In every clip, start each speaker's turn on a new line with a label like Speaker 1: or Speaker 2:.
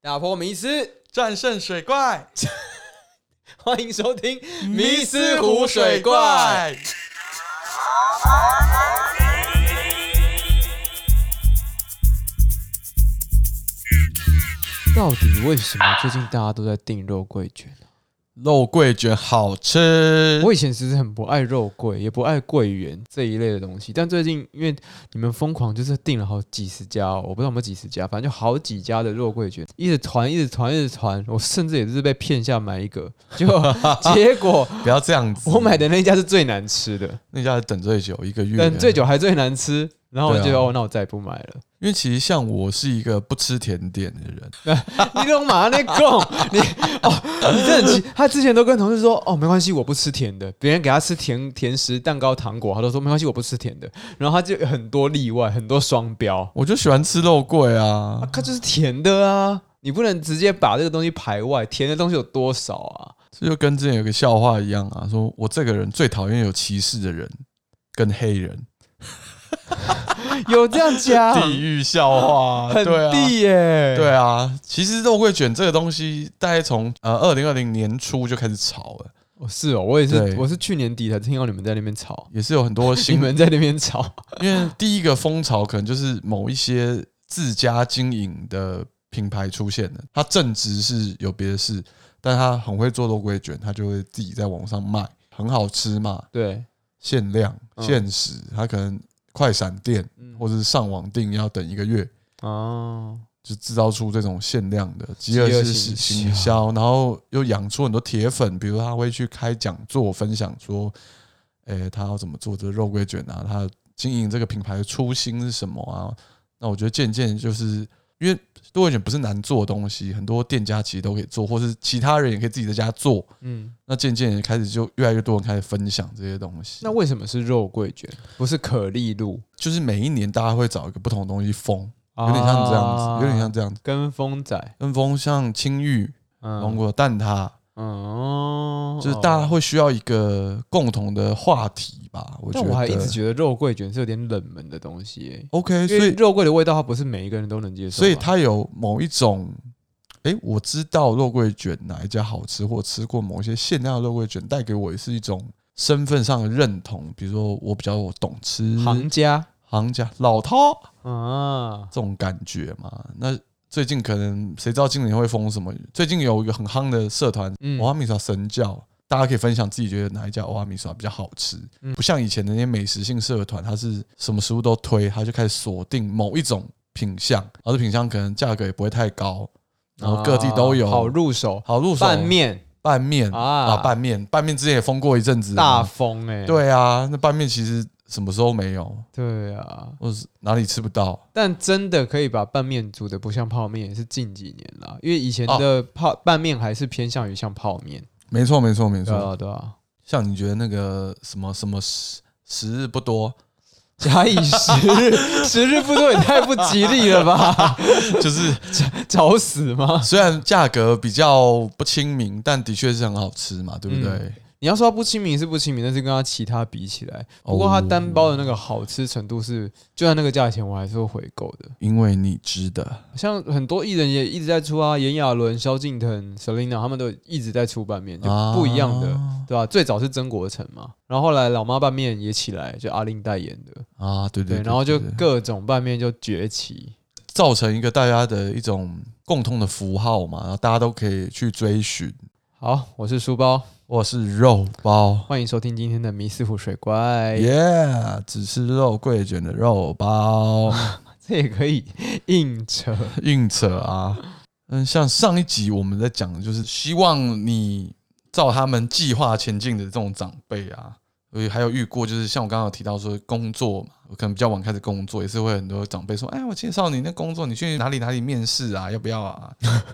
Speaker 1: 打破迷思，
Speaker 2: 战胜水怪，
Speaker 1: 欢迎收听《迷
Speaker 2: 思
Speaker 1: 思湖水怪》。到底为什么最近大家都在订肉桂卷啊、
Speaker 2: 肉桂卷好吃，
Speaker 1: 我以前其实很不爱肉桂，也不爱桂圆 这一类的东西，但最近因为你们疯狂，就是订了好几十家、哦，我不知道有没有几十家，反正就好几家的肉桂卷，一直团，一直团，一直团。我甚至也是被骗下买一个， 结果结果
Speaker 2: 不要这样子。
Speaker 1: 我买的那一家是最难吃的。
Speaker 2: 那家等最久，一个月。
Speaker 1: 等最，久还最难吃，然后我就觉得、
Speaker 2: 对啊
Speaker 1: 哦，那我再也不买了。
Speaker 2: 因为其实像我是一个不吃甜点的人，
Speaker 1: 你懂马那贡，你哦，你真的很奇。他之前都跟同事说，哦，没关系，我不吃甜的。别人给他吃甜甜食、蛋糕、糖果，他都说没关系，我不吃甜的。然后他就有很多例外，很多双标，
Speaker 2: 我就喜欢吃肉桂啊。
Speaker 1: 他就是甜的啊。你不能直接把这个东西排外，甜的东西有多少啊？
Speaker 2: 这就跟之前有个笑话一样啊，说我这个人最讨厌有歧视的人跟黑人，
Speaker 1: 有这样讲，
Speaker 2: 地狱笑话，
Speaker 1: 啊 很
Speaker 2: 对啊。
Speaker 1: 地耶、
Speaker 2: 对啊，其实肉桂卷这个东西，大概从呃二零二零年初就开始炒了，
Speaker 1: 哦，是哦，我也是
Speaker 2: 对，
Speaker 1: 我是去年底才听到你们在那边 吵，
Speaker 2: 也是有很多
Speaker 1: 你
Speaker 2: 新
Speaker 1: 们在那边 吵，
Speaker 2: 因为第一个风潮可能就是某一些自家经营的品牌出现了，它正职是有别的事，但它很会做肉桂卷，它就会自己在网上卖，很好吃嘛，
Speaker 1: 对，
Speaker 2: 限量、
Speaker 1: 嗯
Speaker 2: 限时，它可能快闪店
Speaker 1: 嗯
Speaker 2: 或者是上网订要等一个月，
Speaker 1: 哦，
Speaker 2: 就制造出这种限量的饥饿式
Speaker 1: 饥饿行
Speaker 2: 行销，然后又养出很多铁粉，比如他会去开讲座分享说，诶、他要怎么做这肉桂卷啊，他经营这个品牌的初心是什么啊？那我觉得渐渐就是因为肉桂卷不是难做的东西，很多店家其实都可以做，或是其他人也可以自己在家做。
Speaker 1: 嗯，
Speaker 2: 那渐渐也开始就越来越多人开始分享这些东西。
Speaker 1: 那为什么是肉桂卷，不是可丽露？
Speaker 2: 就是每一年大家会找一个不同的东西疯，有点像这样子，有点
Speaker 1: 啊
Speaker 2: 像这样子。
Speaker 1: 跟风仔，
Speaker 2: 跟风像青玉、芒
Speaker 1: 嗯，
Speaker 2: 果蛋挞，
Speaker 1: 嗯哦，
Speaker 2: 就是大家会需要一个共同的话题吧。我觉
Speaker 1: 嗯但
Speaker 2: 得
Speaker 1: 我还一直觉得肉桂卷是有点冷门的东西耶，
Speaker 2: OK，所
Speaker 1: 因为
Speaker 2: 以
Speaker 1: 肉桂的味道它不是每一个人都能接受嘛，
Speaker 2: 所以它有某一种，诶，我知道肉桂卷哪一家好吃，或吃过某些限量的肉桂卷，带给我也是一种身份上的认同。比如说我比较懂吃
Speaker 1: 行家
Speaker 2: 行家老饕
Speaker 1: 啊，
Speaker 2: 这种感觉嘛。那最近可能谁知道今年会封什么？最近有一个很夯的社团
Speaker 1: 嗯
Speaker 2: 欧阿米莎神教，大家可以分享自己觉得哪一家欧阿米莎比较好吃。
Speaker 1: 嗯
Speaker 2: 不像以前的那些美食性社团，它是什么食物都推，它就开始锁定某一种品相，然后这品相可能价格也不会太高，然后各地都有
Speaker 1: 啊好入手，
Speaker 2: 好入手。
Speaker 1: 拌面
Speaker 2: 拌面
Speaker 1: 啊
Speaker 2: 啊，拌面，拌面之前也封过一阵子啊
Speaker 1: 大风哎，
Speaker 2: 对啊，那拌面其实什么时候没有，
Speaker 1: 对啊，
Speaker 2: 或是哪里吃不到？
Speaker 1: 但真的可以把拌面煮的不像泡面，也是近几年啦，因为以前
Speaker 2: 哦
Speaker 1: 的泡拌面还是偏向于像泡面，
Speaker 2: 没错，没错，没
Speaker 1: 对
Speaker 2: 错。
Speaker 1: 啊对啊，
Speaker 2: 像你觉得那个什么什么时时日不多，
Speaker 1: 假以时日，时日不多也太不吉利了吧？
Speaker 2: 就是
Speaker 1: 找死 吗？
Speaker 2: 虽然价格比较不亲民，但的确是很好吃嘛，对不对？
Speaker 1: 嗯你要说它不亲民是不亲民，但是跟它其他比起来，
Speaker 2: 哦
Speaker 1: 不过它单包的那个好吃程度是，就算那个价钱，我还是会回购的。
Speaker 2: 因为你知的，
Speaker 1: 像很多艺人也一直在出啊，炎亚纶、萧敬腾、Selina 他们都一直在出拌面，就不一样的，
Speaker 2: 啊
Speaker 1: 对吧、最早是曾国城嘛，然后后来老妈拌面也起来，就阿令代言的，
Speaker 2: 啊，对对
Speaker 1: 对，然后就
Speaker 2: 对对
Speaker 1: 各种拌面就崛起。
Speaker 2: 造成一个大家的一种共通的符号嘛，然后大家都可以去追寻。
Speaker 1: 好，我是书包，
Speaker 2: 我是肉包，
Speaker 1: 欢迎收听今天的迷思湖水怪。
Speaker 2: 耶、只吃肉桂卷的肉 包，
Speaker 1: 这也可以 硬扯。
Speaker 2: 硬扯啊。嗯，像上一集我们在讲，的就是希望你照他们计划前进的这种长辈啊，所以还有遇过，就是像我刚刚有提到说工作嘛，我可能比较晚开始工作，也是会很多长辈说，哎，我介绍你那工作，你去哪里哪里面试啊，要不要啊？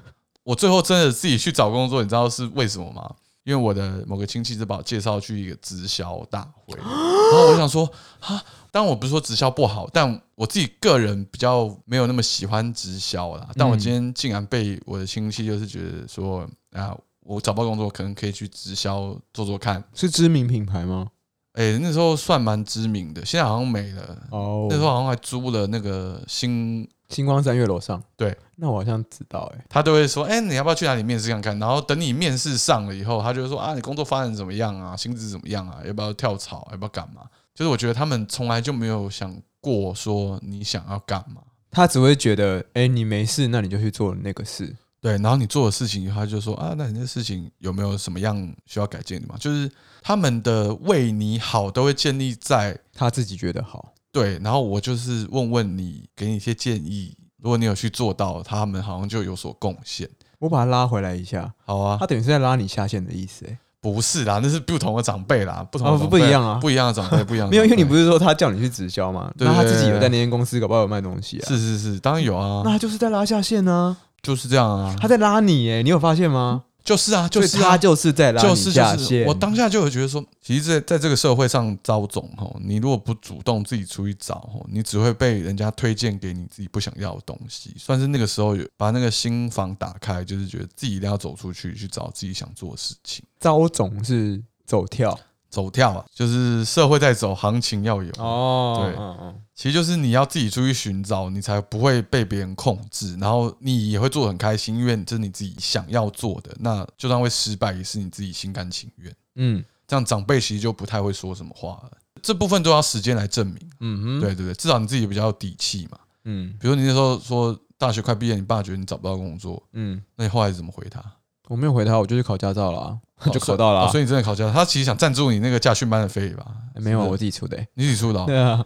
Speaker 2: 我最后真的自己去找工作，你知道是为什么吗？因为我的某个亲戚就把我介绍去一个直销大会，然后我想说啊，当然我不是说直销不好，但我自己个人比较没有那么喜欢直销啦。但我今天竟然被我的亲戚就是觉得说啊，我找不到工作，可能可以去直销做做看。
Speaker 1: 是知名品牌吗？
Speaker 2: 哎、那时候算蛮知名的，现在好像没了。
Speaker 1: 哦
Speaker 2: 那时候好像还租了那个新
Speaker 1: 星光三月楼上。
Speaker 2: 对，
Speaker 1: 那我好像知道哎、
Speaker 2: 他都会说：“哎、你要不要去哪里面试看看？”然后等你面试上了以后，他就会说：“啊，你工作发展怎么样啊？薪资怎么样啊？要不要跳槽？要不要干嘛？”就是我觉得他们从来就没有想过说你想要干嘛。
Speaker 1: 他只会觉得，哎、你没事，那你就去做那个事。
Speaker 2: 对，然后你做的事情以后，他就说：“啊，那你的事情有没有什么样需要改进的地方？”就是他们的为你好都会建立在
Speaker 1: 他自己觉得好，
Speaker 2: 对，然后我就是问问你，给你一些建议。如果你有去做到，他们好像就有所贡献。
Speaker 1: 我把他拉回来一下，
Speaker 2: 好啊，
Speaker 1: 他等于是在拉你下线的意思、欸。
Speaker 2: 不是啦，那是不同的长辈啦，不同的
Speaker 1: 哦
Speaker 2: 长
Speaker 1: 不
Speaker 2: 辈
Speaker 1: 一样啊
Speaker 2: 不一样的长辈，不一样的长 辈。
Speaker 1: 没有，因为你不是说他叫你去直销嘛？
Speaker 2: 对
Speaker 1: 那他自己
Speaker 2: 对
Speaker 1: 有在那间公司搞不好有卖东西啊？
Speaker 2: 是是是，当然有啊
Speaker 1: 那，他就是在拉下线啊，
Speaker 2: 就是这样啊，
Speaker 1: 他在拉你哎、你有发现吗？
Speaker 2: 就是啊，就
Speaker 1: 所
Speaker 2: 是
Speaker 1: 以
Speaker 2: 啊，
Speaker 1: 他就是在拉
Speaker 2: 就
Speaker 1: 你
Speaker 2: 是
Speaker 1: 下
Speaker 2: 就
Speaker 1: 线。
Speaker 2: 是，我当下就有觉得说，其实在在这个社会上招总吼，你如果不主动自己出去找吼，你只会被人家推荐给你自己不想要的东西。算是那个时候有把那个心房打开，就是觉得自己一定要走出去，去找自己想做的事情。
Speaker 1: 招总是走跳
Speaker 2: 走跳啊，就是社会在走，行情要有。
Speaker 1: 哦
Speaker 2: 对
Speaker 1: 嗯嗯，
Speaker 2: 其实就是你要自己出去寻找，你才不会被别人控制，然后你也会做得很开心，因为这是你自己想要做的。那就算会失败，也是你自己心甘情愿。
Speaker 1: 嗯
Speaker 2: 这样长辈其实就不太会说什么话了，这部分都要时间来证明。
Speaker 1: 嗯哼，
Speaker 2: 对对对，至少你自己比较有底气嘛。
Speaker 1: 嗯
Speaker 2: 比如你那时候说大学快毕业，你爸觉得你找不到工作，
Speaker 1: 嗯，
Speaker 2: 那你后来怎么回他？
Speaker 1: 我没有回他，我就去考驾照了啊、 就
Speaker 2: 哦所
Speaker 1: 考
Speaker 2: 以
Speaker 1: 到了啊、
Speaker 2: 哦所以你真的考驾，他其实想赞助你那个驾训班的费吧？
Speaker 1: 哎没有啊，
Speaker 2: 是不
Speaker 1: 我
Speaker 2: 是
Speaker 1: 自己出的、欸。
Speaker 2: 你自己出的哦。
Speaker 1: 对啊，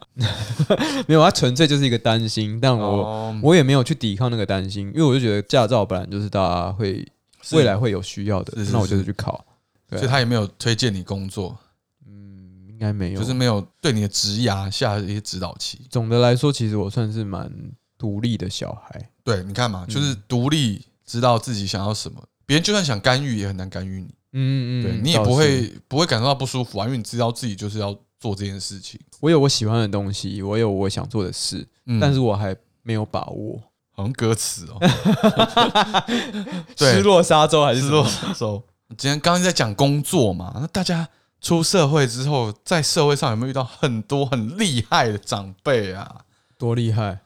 Speaker 1: 没有，他纯粹就是一个担心，但我、
Speaker 2: 哦
Speaker 1: 我也没有去抵抗那个担心，因为我就觉得驾照本来就是大家会
Speaker 2: 是
Speaker 1: 未来会有需要的，
Speaker 2: 是是
Speaker 1: 那我就是去考。对啊
Speaker 2: 所以他也没有推荐你工作，
Speaker 1: 嗯，应该没有。
Speaker 2: 就是没有对你的职涯下一些指导期。
Speaker 1: 总的来说，其实我算是蛮独立的小孩。
Speaker 2: 对，你看嘛，
Speaker 1: 嗯
Speaker 2: 就是独立，知道自己想要什么，别人就算想干预也很难干预你，
Speaker 1: 嗯嗯，
Speaker 2: 对
Speaker 1: 嗯
Speaker 2: 你也不。
Speaker 1: 倒
Speaker 2: 会
Speaker 1: 是
Speaker 2: 不会感受到不舒服啊，因为你知道自己就是要做这件事情。
Speaker 1: 我有我喜欢的东西，我有我想做的事，
Speaker 2: 嗯
Speaker 1: 但是我还没有把握。
Speaker 2: 好像歌词 哦，对
Speaker 1: 失落沙洲还是
Speaker 2: 失
Speaker 1: 什
Speaker 2: 落
Speaker 1: 么？
Speaker 2: 的时候，今天刚刚在讲工作嘛，那大家出社会之后，在社会上有没有遇到很多很厉害的长辈啊？
Speaker 1: 多厉害！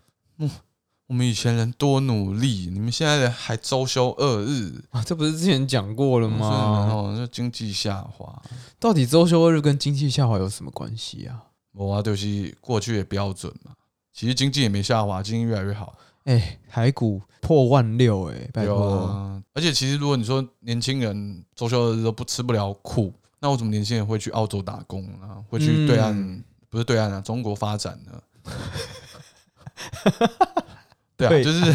Speaker 2: 我们以前人多努力，你们现在人还周休二日，
Speaker 1: 啊，这不是之前讲过了吗？
Speaker 2: 哦，就经济下滑。
Speaker 1: 到底周休二日跟经济下滑有什么关系啊？
Speaker 2: 我啊，就是过去的标准嘛。其实经济也没下滑，经济越来越好。
Speaker 1: 哎、台股破万六、哎，拜
Speaker 2: 有
Speaker 1: 托，
Speaker 2: 啊，而且其实如果你说年轻人周休二日都不吃不了苦，那我怎么年轻人会去澳洲打工啊？会去对岸、
Speaker 1: 嗯
Speaker 2: 不是对岸啊，中国发展 呢？对啊，
Speaker 1: 对
Speaker 2: 就是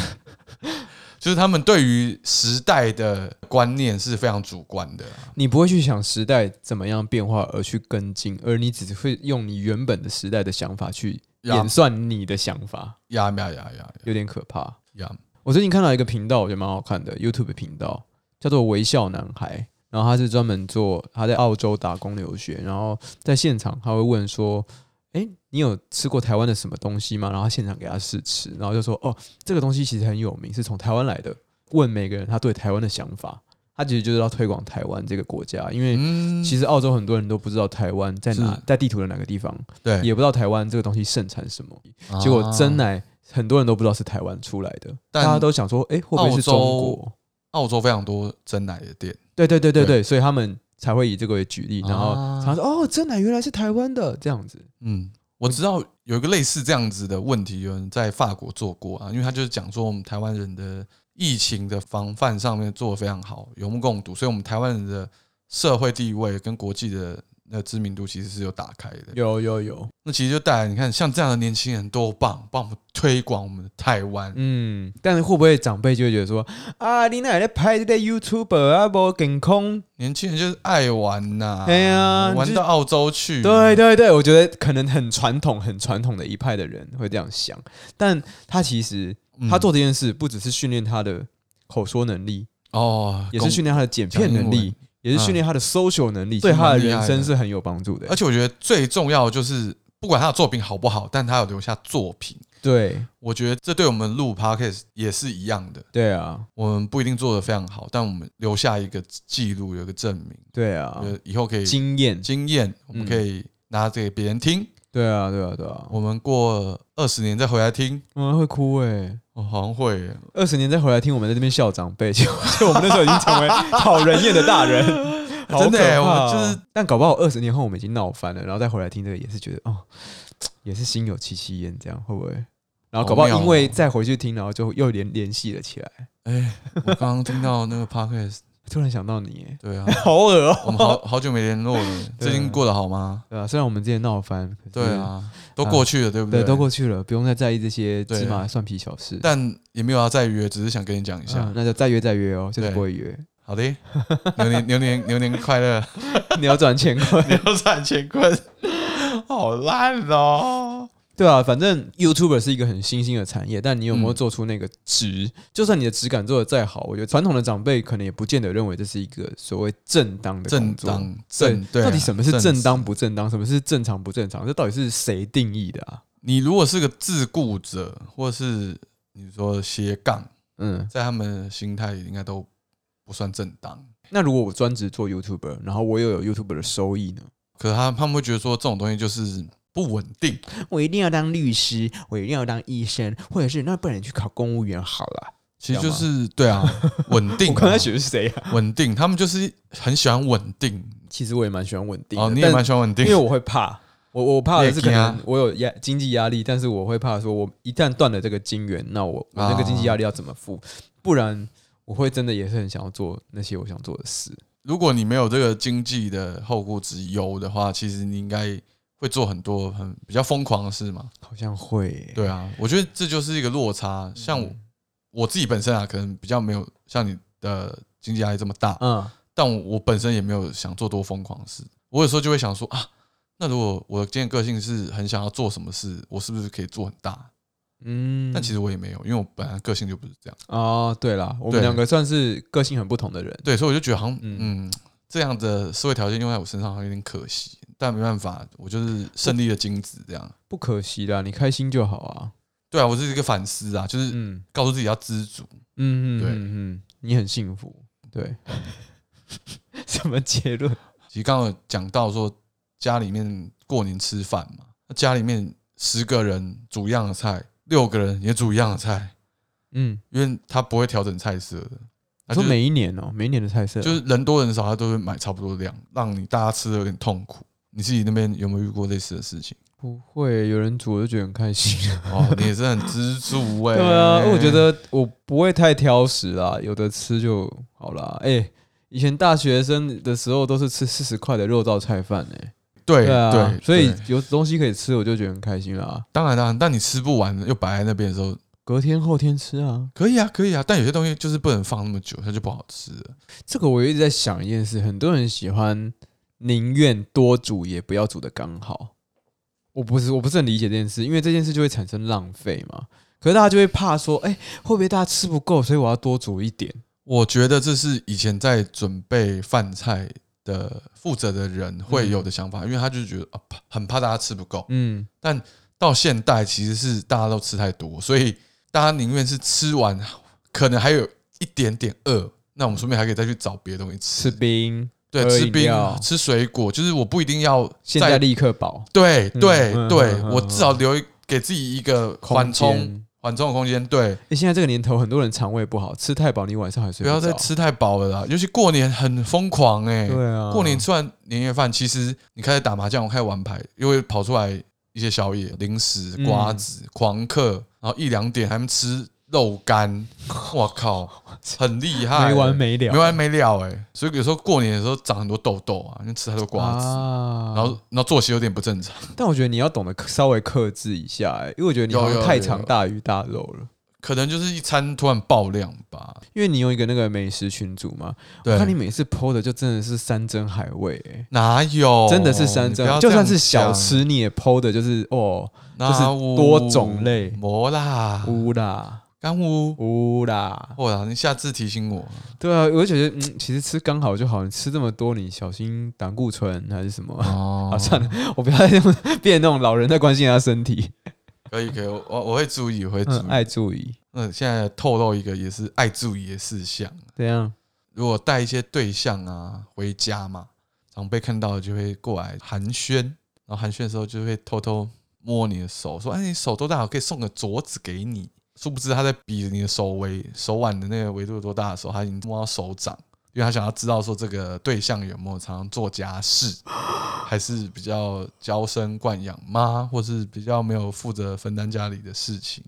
Speaker 2: 就是他们对于时代的观念是非常主观的啊、
Speaker 1: 你不会去想时代怎么样变化而去跟进，而你只是会用你原本的时代的想法去
Speaker 2: 呀
Speaker 1: 演算你的想法，
Speaker 2: 呀呀呀呀
Speaker 1: 有点可怕。
Speaker 2: 呀！
Speaker 1: 我最近看到一个频道，我觉得蛮好看的 YouTube 频道，叫做“微笑男孩”。然后他是专门做他在澳洲打工留学，然后在现场他会问说：“哎，你有吃过台湾的什么东西吗？”然后他现场给他试吃，然后就说：“哦，这个东西其实很有名，是从台湾来的。”问每个人他对台湾的想法，他其实就是要推广台湾这个国家，因为
Speaker 2: 嗯，
Speaker 1: 其实澳洲很多人都不知道台湾在哪
Speaker 2: 是，
Speaker 1: 在地图的哪个地方，
Speaker 2: 对，啊
Speaker 1: 也不知道台湾这个东西盛产什么。结果真
Speaker 2: 的。
Speaker 1: 奶很多人都不知道是台湾出来的，
Speaker 2: 但
Speaker 1: 大家都想说，哎、会不会是中
Speaker 2: 澳
Speaker 1: 国
Speaker 2: 洲？澳洲非常多真奶的店，
Speaker 1: 对对对对
Speaker 2: 对
Speaker 1: 对，所以他们才会以这个为举例，然后
Speaker 2: 啊
Speaker 1: 常说，哦，真奶原来是台湾的这样子。
Speaker 2: 嗯，我知道有一个类似这样子的问题，有人在法国做过啊，因为他就是讲说我们台湾人的疫情的防范上面做得非常好，有目共睹，所以我们台湾人的社会地位跟国际的那个知名度其实是有打开的。
Speaker 1: 有有有，
Speaker 2: 那其实就带来你看，像这样的年轻人多棒，帮我们推广我们的台湾。
Speaker 1: 嗯，但是会不会长辈就会觉得说，啊，你奶奶拍这个 YouTube 啊，不健康？
Speaker 2: 年轻人就是爱玩呐、
Speaker 1: 哎呀
Speaker 2: 玩
Speaker 1: 你
Speaker 2: 到澳洲去。
Speaker 1: 对对对，我觉得可能很传统、很传统的一派的人会这样想，但他其实
Speaker 2: 嗯，
Speaker 1: 他做这件事不只是训练他的口说能力，
Speaker 2: 哦，
Speaker 1: 也是训练他的剪片能
Speaker 2: 讲英
Speaker 1: 力，也是训练他的 social 能力，嗯
Speaker 2: 这
Speaker 1: 对他
Speaker 2: 蛮
Speaker 1: 的呃
Speaker 2: 厉害
Speaker 1: 人生
Speaker 2: 的
Speaker 1: 是很有帮助的
Speaker 2: 而。且我觉得最重要的就是，不管他的作品好不好，但他有留下作品，
Speaker 1: 对
Speaker 2: 我觉得这对我们录 podcast 也是一样的。
Speaker 1: 对啊，
Speaker 2: 我们不一定做得非常好，但我们留下一个记录，有一个证明，
Speaker 1: 对啊，
Speaker 2: 呃，以后可以
Speaker 1: 经验，嗯
Speaker 2: 经验，我们可以拿给别人听。
Speaker 1: 对啊，对啊，对啊，
Speaker 2: 我们过二十年再回来听，
Speaker 1: 我们会哭哎、
Speaker 2: 我好像会耶，
Speaker 1: 二十年再回来听我们在这边笑长辈，就就我们那时候已经成为讨人厌的大 人，好
Speaker 2: 真的耶
Speaker 1: 可怕哦
Speaker 2: 我就是，
Speaker 1: 但搞不好二十年后我们已经闹翻了，然后再回来听这个也是觉得哦，也是心有戚戚焉，这样会不会？然后搞不好哦因为再回去听，然后就又联联系了起来。
Speaker 2: 哎，我刚刚听到那个 podcast，
Speaker 1: 突然想到你欸耶，
Speaker 2: 对 啊，
Speaker 1: 好恶哦、
Speaker 2: 我们好好久没联络了，
Speaker 1: 对
Speaker 2: 最近过得好吗？
Speaker 1: 对啊，虽然我们之前闹翻，可是
Speaker 2: 对，啊，都过去了，对不
Speaker 1: 嗯对，都
Speaker 2: 去，
Speaker 1: 过去了，不用再在意这些
Speaker 2: 对
Speaker 1: 芝麻蒜皮小事。
Speaker 2: 但也没有要再约，只是想跟你讲一下
Speaker 1: 嗯。那就再约再约哦，就是
Speaker 2: 对
Speaker 1: 不会约，
Speaker 2: 好的，牛年 牛年牛年快乐，
Speaker 1: 扭转乾 坤。
Speaker 2: 牛转乾坤， 好烂哦！
Speaker 1: 对啊，反正 YouTuber 是一个很新兴的产业，但你有没有
Speaker 2: 嗯
Speaker 1: 做出那个值？就算你的质感做的再好，我觉得传统的长辈可能也不见得认为这是一个所谓正当的
Speaker 2: 正
Speaker 1: 工作。
Speaker 2: 当
Speaker 1: 对
Speaker 2: 正对啊，
Speaker 1: 到底什么是正
Speaker 2: 职
Speaker 1: 当不正当？什么是正常不正常？这到底是谁定义的啊？
Speaker 2: 你如果是个自雇者，或是你说斜杠，
Speaker 1: 嗯，
Speaker 2: 在他们的心态里应该都不算正当。
Speaker 1: 那如果我专职做 YouTuber，然后我又有 YouTuber 的收益呢？
Speaker 2: 可是他他们会觉得说这种东西就是不稳定，
Speaker 1: 我一定要当律师，我一定要当医生，或者是那不然你去考公务员好了。
Speaker 2: 其实就是对 啊，稳定
Speaker 1: 我
Speaker 2: 啊。
Speaker 1: 刚才学的是谁啊？
Speaker 2: 稳定，他们就是很喜欢稳定。
Speaker 1: 其实我也蛮喜欢稳定的，
Speaker 2: 哦，你也
Speaker 1: 但
Speaker 2: 蛮喜欢稳定
Speaker 1: 因为，我会怕，我我怕的是可
Speaker 2: 你也怕
Speaker 1: 能我有压经济压力，但是我会怕说，我一旦断了这个金源，那我我那个经济压力要怎么付？不然我会真的也是很想要做那些我想做的事。
Speaker 2: 如果你没有这个经济的后顾之忧的话，其实你应该会做很多很比较疯狂的事嘛。
Speaker 1: 好像会耶、
Speaker 2: 对啊，我觉得这就是一个落差。像我
Speaker 1: 嗯
Speaker 2: 我自己本身啊，可能比较没有像你的经济压力这么大，
Speaker 1: 嗯，
Speaker 2: 但我我本身也没有想做多疯狂的事。我有时候就会想说啊，那如果我今天个性是很想要做什么事，我是不是可以做很大？
Speaker 1: 嗯，
Speaker 2: 但其实我也没有，因为我本来个性就不是这样。
Speaker 1: 哦，对啦，我们
Speaker 2: 对
Speaker 1: 两个算是个性很不同的人。
Speaker 2: 对，所以我就觉得好像
Speaker 1: 嗯
Speaker 2: 嗯这样的社会条件用在我身上好像有点可惜，但没办法，我就是胜利的精子这样。
Speaker 1: 不可惜啦，你开心就好啊。
Speaker 2: 对啊，我这是一个反思啊，就是
Speaker 1: 嗯
Speaker 2: 告诉自己要知足。
Speaker 1: 嗯嗯，
Speaker 2: 对
Speaker 1: 嗯嗯，你很幸福。 对，什么结论？
Speaker 2: 其实刚刚有讲到说家里面过年吃饭嘛，那家里面十个人煮一样的菜，六个人也煮一样的菜，
Speaker 1: 嗯，
Speaker 2: 因为他不会调整菜色的。
Speaker 1: 你
Speaker 2: 他
Speaker 1: 说
Speaker 2: 就是
Speaker 1: 每一年哦、每一年的菜色
Speaker 2: 就是人多人少，他都会买差不多量，让你大家吃的有点痛苦。你自己那边有没有遇过类似的事情？
Speaker 1: 不会有人煮，我就觉得很开心。啊
Speaker 2: 哦，你也是很知 足哎、
Speaker 1: 对啊，我觉得我不会太挑食啦，有的吃就好啦。哎、以前大学生的时候都是吃四十块的肉燥菜饭呢、
Speaker 2: 对
Speaker 1: 对啊，
Speaker 2: 对，
Speaker 1: 所以
Speaker 2: 对
Speaker 1: 有东西可以吃，我就觉得很开心啦。
Speaker 2: 当然当然，但你吃不完又摆在那边的时候，
Speaker 1: 隔天后天吃啊，
Speaker 2: 可以啊可以啊，但有些东西就是不能放那么久，它就不好吃了。
Speaker 1: 这个我一直在想一件事，很多人喜欢宁愿多煮也不要煮的刚好。我不是我不是很理解这件事，因为这件事就会产生浪费嘛。可是大家就会怕说，哎、会不会大家吃不够，所以我要多煮一点？
Speaker 2: 我觉得这是以前在准备饭菜的负责的人会有的想法，因为他就觉得啊怕很怕大家吃不够。
Speaker 1: 嗯，
Speaker 2: 到现代其实是大家都吃太多，所以大家宁愿是吃完可能还有一点点饿，那我们说不定还可以再去找别的东西
Speaker 1: 吃
Speaker 2: 吃。
Speaker 1: 冰，
Speaker 2: 对，
Speaker 1: 喝
Speaker 2: 吃
Speaker 1: 饮
Speaker 2: 冰
Speaker 1: 料、
Speaker 2: 吃水果，就是我不一定要
Speaker 1: 现在立刻饱，
Speaker 2: 对
Speaker 1: 嗯
Speaker 2: 对
Speaker 1: 嗯
Speaker 2: 对，
Speaker 1: 嗯
Speaker 2: 我
Speaker 1: 嗯
Speaker 2: 至少留一给自己一个缓
Speaker 1: 空
Speaker 2: 冲
Speaker 1: 间。
Speaker 2: 缓冲的空间。对，
Speaker 1: 哎、现在这个年头，很多人肠胃不好，吃太饱，你晚上还睡
Speaker 2: 不要
Speaker 1: 着
Speaker 2: 再。吃太饱了啦，尤其过年很疯狂哎、
Speaker 1: 对啊，
Speaker 2: 过年吃完年夜饭，其实你开始打麻将，开始玩牌，又会跑出来一些宵夜、零食、
Speaker 1: 嗯
Speaker 2: 瓜子、狂 客，然后一两点还能吃肉干，我靠，很厉害、
Speaker 1: 没完没了，
Speaker 2: 没完没了哎、所以有时候过年的时候长很多痘痘啊，因为吃太多瓜子，
Speaker 1: 啊
Speaker 2: 然后然后作息有点不正常。
Speaker 1: 但我觉得你要懂得克稍微克制一下、欸，因为我觉得你好
Speaker 2: 有
Speaker 1: 像
Speaker 2: 有
Speaker 1: 太
Speaker 2: 有
Speaker 1: 常大鱼大肉了。
Speaker 2: 可能就是一餐突然爆量吧，
Speaker 1: 因为你有一个那个美食群组嘛，我
Speaker 2: 对，
Speaker 1: 看你每次 PO 的就真的是山珍海味、欸，
Speaker 2: 哪有？
Speaker 1: 真的是山
Speaker 2: 哦你不
Speaker 1: 珍，
Speaker 2: 要
Speaker 1: 就
Speaker 2: 这
Speaker 1: 算
Speaker 2: 样
Speaker 1: 是小
Speaker 2: 讲，
Speaker 1: 吃你也 PO 的，就是哦，
Speaker 2: 那
Speaker 1: 是
Speaker 2: 我
Speaker 1: 多种类嗯
Speaker 2: 没啦，
Speaker 1: 乌啦
Speaker 2: 干乌。
Speaker 1: 乌啦，
Speaker 2: 哦啦，你下次提 醒我。
Speaker 1: 对啊，我就觉得嗯，其实吃刚好就好，你吃这么多，你小心胆固醇还是什么？
Speaker 2: 哦
Speaker 1: 啊， 算了，我不要再用变那种老人在关心 人家身体，
Speaker 2: 可以可以，我我我会注意，我会注
Speaker 1: 嗯，
Speaker 2: 意。
Speaker 1: 爱注意，
Speaker 2: 那现在透露一个也是爱注意的事项，
Speaker 1: 怎样？
Speaker 2: 如果带一些对象啊回家嘛，长辈看到了就会过来寒暄，然后寒暄的时候就会偷偷摸你的手，说：“哎，你手多大？我可以送个镯子给你。”殊不知他在比你的手围、手腕的那个维度有多大的时候，他已经摸到手掌，因为他想要知道说这个对象有没有常常做家事，还是比较娇生惯养妈，或是比较没有负责分担家里的事情。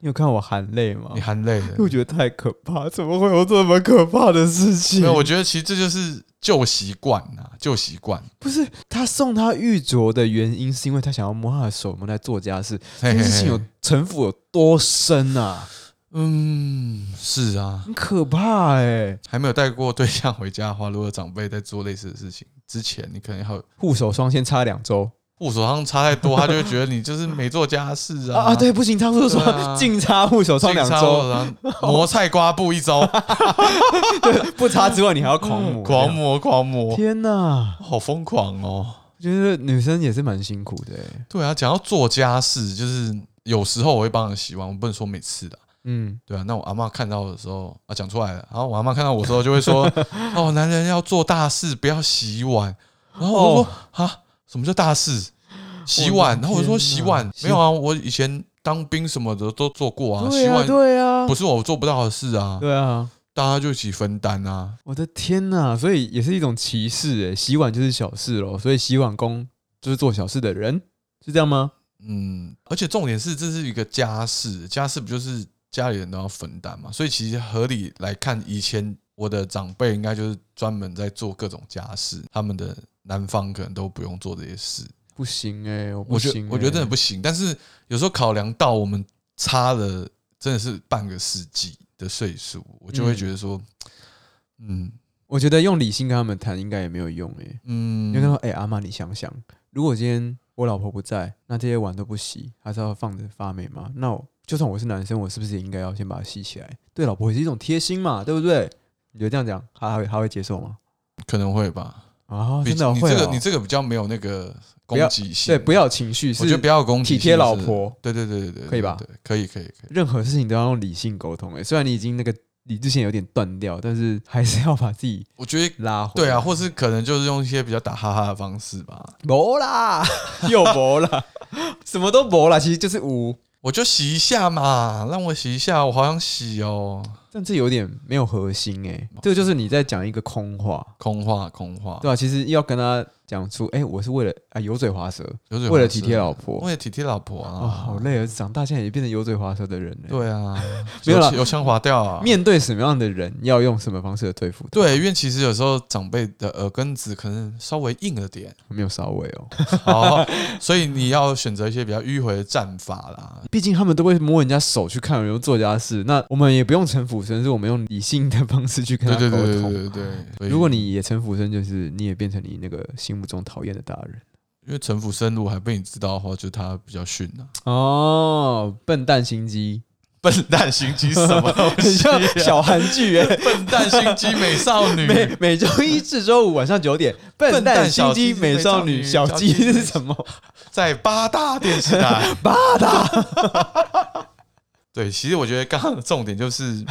Speaker 1: 你有看我含泪吗
Speaker 2: 你？含泪
Speaker 1: 我
Speaker 2: 了，
Speaker 1: 觉得太可怕，怎么会有这么可怕的事情
Speaker 2: 没？有？我觉得其实这就是旧习惯呐，旧习惯。
Speaker 1: 不是他送他玉镯的原因，是因为他想要摸他的手，摸在做家事。
Speaker 2: 嘿
Speaker 1: 这
Speaker 2: 嘿
Speaker 1: 件事情有
Speaker 2: 嘿
Speaker 1: 城府有多深啊？
Speaker 2: 嗯，是啊，
Speaker 1: 很可怕哎、
Speaker 2: 还没有带过对象回家的话，如果长辈在做类似的事情之前，你可能要
Speaker 1: 护手霜先擦两周
Speaker 2: 护手上差太多，他就会觉得你就是没做家事
Speaker 1: 啊
Speaker 2: 啊
Speaker 1: 啊！对，，不行，擦护手
Speaker 2: 对啊
Speaker 1: 霜，净擦护手霜
Speaker 2: 净
Speaker 1: 两
Speaker 2: 擦
Speaker 1: 周，
Speaker 2: 然后磨菜瓜布 一周，
Speaker 1: 不擦之外你还要狂抹，
Speaker 2: 狂。磨狂磨，
Speaker 1: 天哪，
Speaker 2: 好疯狂哦！
Speaker 1: 我觉得女生也是蛮辛苦的、欸。
Speaker 2: 对啊，讲到做家事，就是有时候我会帮人洗碗，我不能说每次的。
Speaker 1: 嗯，
Speaker 2: 对啊，那我阿嬷看到的时候啊，讲出来了，然后我阿嬷看到我的时候就会 说：“哦，男人要做大事，不要洗碗。”然后我就说：“啊、什么叫大事？洗碗？”
Speaker 1: 哦我的
Speaker 2: 然后我就说：“
Speaker 1: 天
Speaker 2: 洗
Speaker 1: 哪
Speaker 2: 碗
Speaker 1: 洗
Speaker 2: 没有啊，我以前当兵什么的都做过啊，
Speaker 1: 对
Speaker 2: 洗
Speaker 1: 啊，
Speaker 2: 碗
Speaker 1: 对啊
Speaker 2: 不，是我做不到的事啊，
Speaker 1: 对啊，
Speaker 2: 大家就一起分担啊。
Speaker 1: 我的天哪，所以也是一种歧视哎、洗碗就是小事咯，所以洗碗工就是做小事的人，是这样吗？
Speaker 2: 嗯，而且重点是这是一个家事，家事不就是家里人都要分担嘛？所以其实合理来看，以前我的长辈应该就是专门在做各种家事，他们的男方可能都不用做这些事。
Speaker 1: 不行哎、我不
Speaker 2: 我觉
Speaker 1: 行、欸，
Speaker 2: 我觉得真的不行，但是有时候考量到我们差了真的是半个世纪的岁数，我就会觉得说，嗯
Speaker 1: 我觉得用理性跟他们谈应该也没有用诶、
Speaker 2: 嗯，
Speaker 1: 你就跟他说：“哎、阿妈，你想想，如果今天我老婆不在，那这些碗都不洗，还是要放着发霉吗？那我就算我是男生，我是不是也应该要先把它洗起来？对老婆也是一种贴心嘛，对不对？你觉得这样讲，他会他会接受吗？
Speaker 2: 可能会吧，
Speaker 1: 啊，
Speaker 2: 比
Speaker 1: 真的
Speaker 2: 你
Speaker 1: 会、
Speaker 2: 这
Speaker 1: 哦
Speaker 2: 个你这个比较没有那个攻
Speaker 1: 要
Speaker 2: 击性，
Speaker 1: 对，不要情绪，
Speaker 2: 我觉得
Speaker 1: 是
Speaker 2: 不要攻击性
Speaker 1: 体贴老
Speaker 2: 是
Speaker 1: 婆，
Speaker 2: 对对对对对，
Speaker 1: 可以吧
Speaker 2: 对，可以可以可以。
Speaker 1: 任何事情都要用理性沟通、欸。虽然你已经那个理智线有点断掉，但是还是要把自己
Speaker 2: 我觉得
Speaker 1: 拉回来。
Speaker 2: 对啊，或是可能就是用一些比较打哈哈的方式吧。
Speaker 1: 没 啦，又没啦，什么都没啦，其实就是无。
Speaker 2: 我就洗一下嘛，让我洗一下，我好想洗哦。
Speaker 1: 但这有点没有核心哎、这个就是你在讲一个空话，
Speaker 2: 空话空话，
Speaker 1: 对吧、其实要跟他讲出，哎、我是为了啊油嘴滑舌，
Speaker 2: 有嘴
Speaker 1: 为了
Speaker 2: 滑舌
Speaker 1: 体贴老婆
Speaker 2: 为了体贴老婆
Speaker 1: 啊、
Speaker 2: 啊，
Speaker 1: 好累啊！长大现在也变成油嘴滑舌的人了、
Speaker 2: 对啊，
Speaker 1: 没有啦
Speaker 2: 有枪划掉啊。
Speaker 1: 面对什么样的人，要用什么方式的对付他？
Speaker 2: 对，因为其实有时候长辈的耳根子可能稍微硬了点，
Speaker 1: 没有稍微哦，
Speaker 2: 好，所以你要选择一些比较迂回的战法 啦。
Speaker 1: 毕竟他们都会摸人家手去看有没有做家事，那我们也不用城府深，是我们用理性的方式去跟
Speaker 2: 对
Speaker 1: 他
Speaker 2: 对
Speaker 1: 沟
Speaker 2: 对对
Speaker 1: 通。
Speaker 2: 对对对。所以
Speaker 1: 如果你也城府深，就是你也变成你那个心目中讨厌的大人
Speaker 2: 因为城府深入还被你知道的话，就他比较逊啊。
Speaker 1: 哦，笨蛋心机，
Speaker 2: 笨蛋心机什么东
Speaker 1: 很
Speaker 2: 西、啊
Speaker 1: 像小韩剧 哎，
Speaker 2: 笨蛋心机美少 女，
Speaker 1: 每每周一至周五晚上九点，《笨蛋心机美少女小鸡》是什么？
Speaker 2: 在八大电视台。 八大。 对，其实我觉得刚刚的重点就是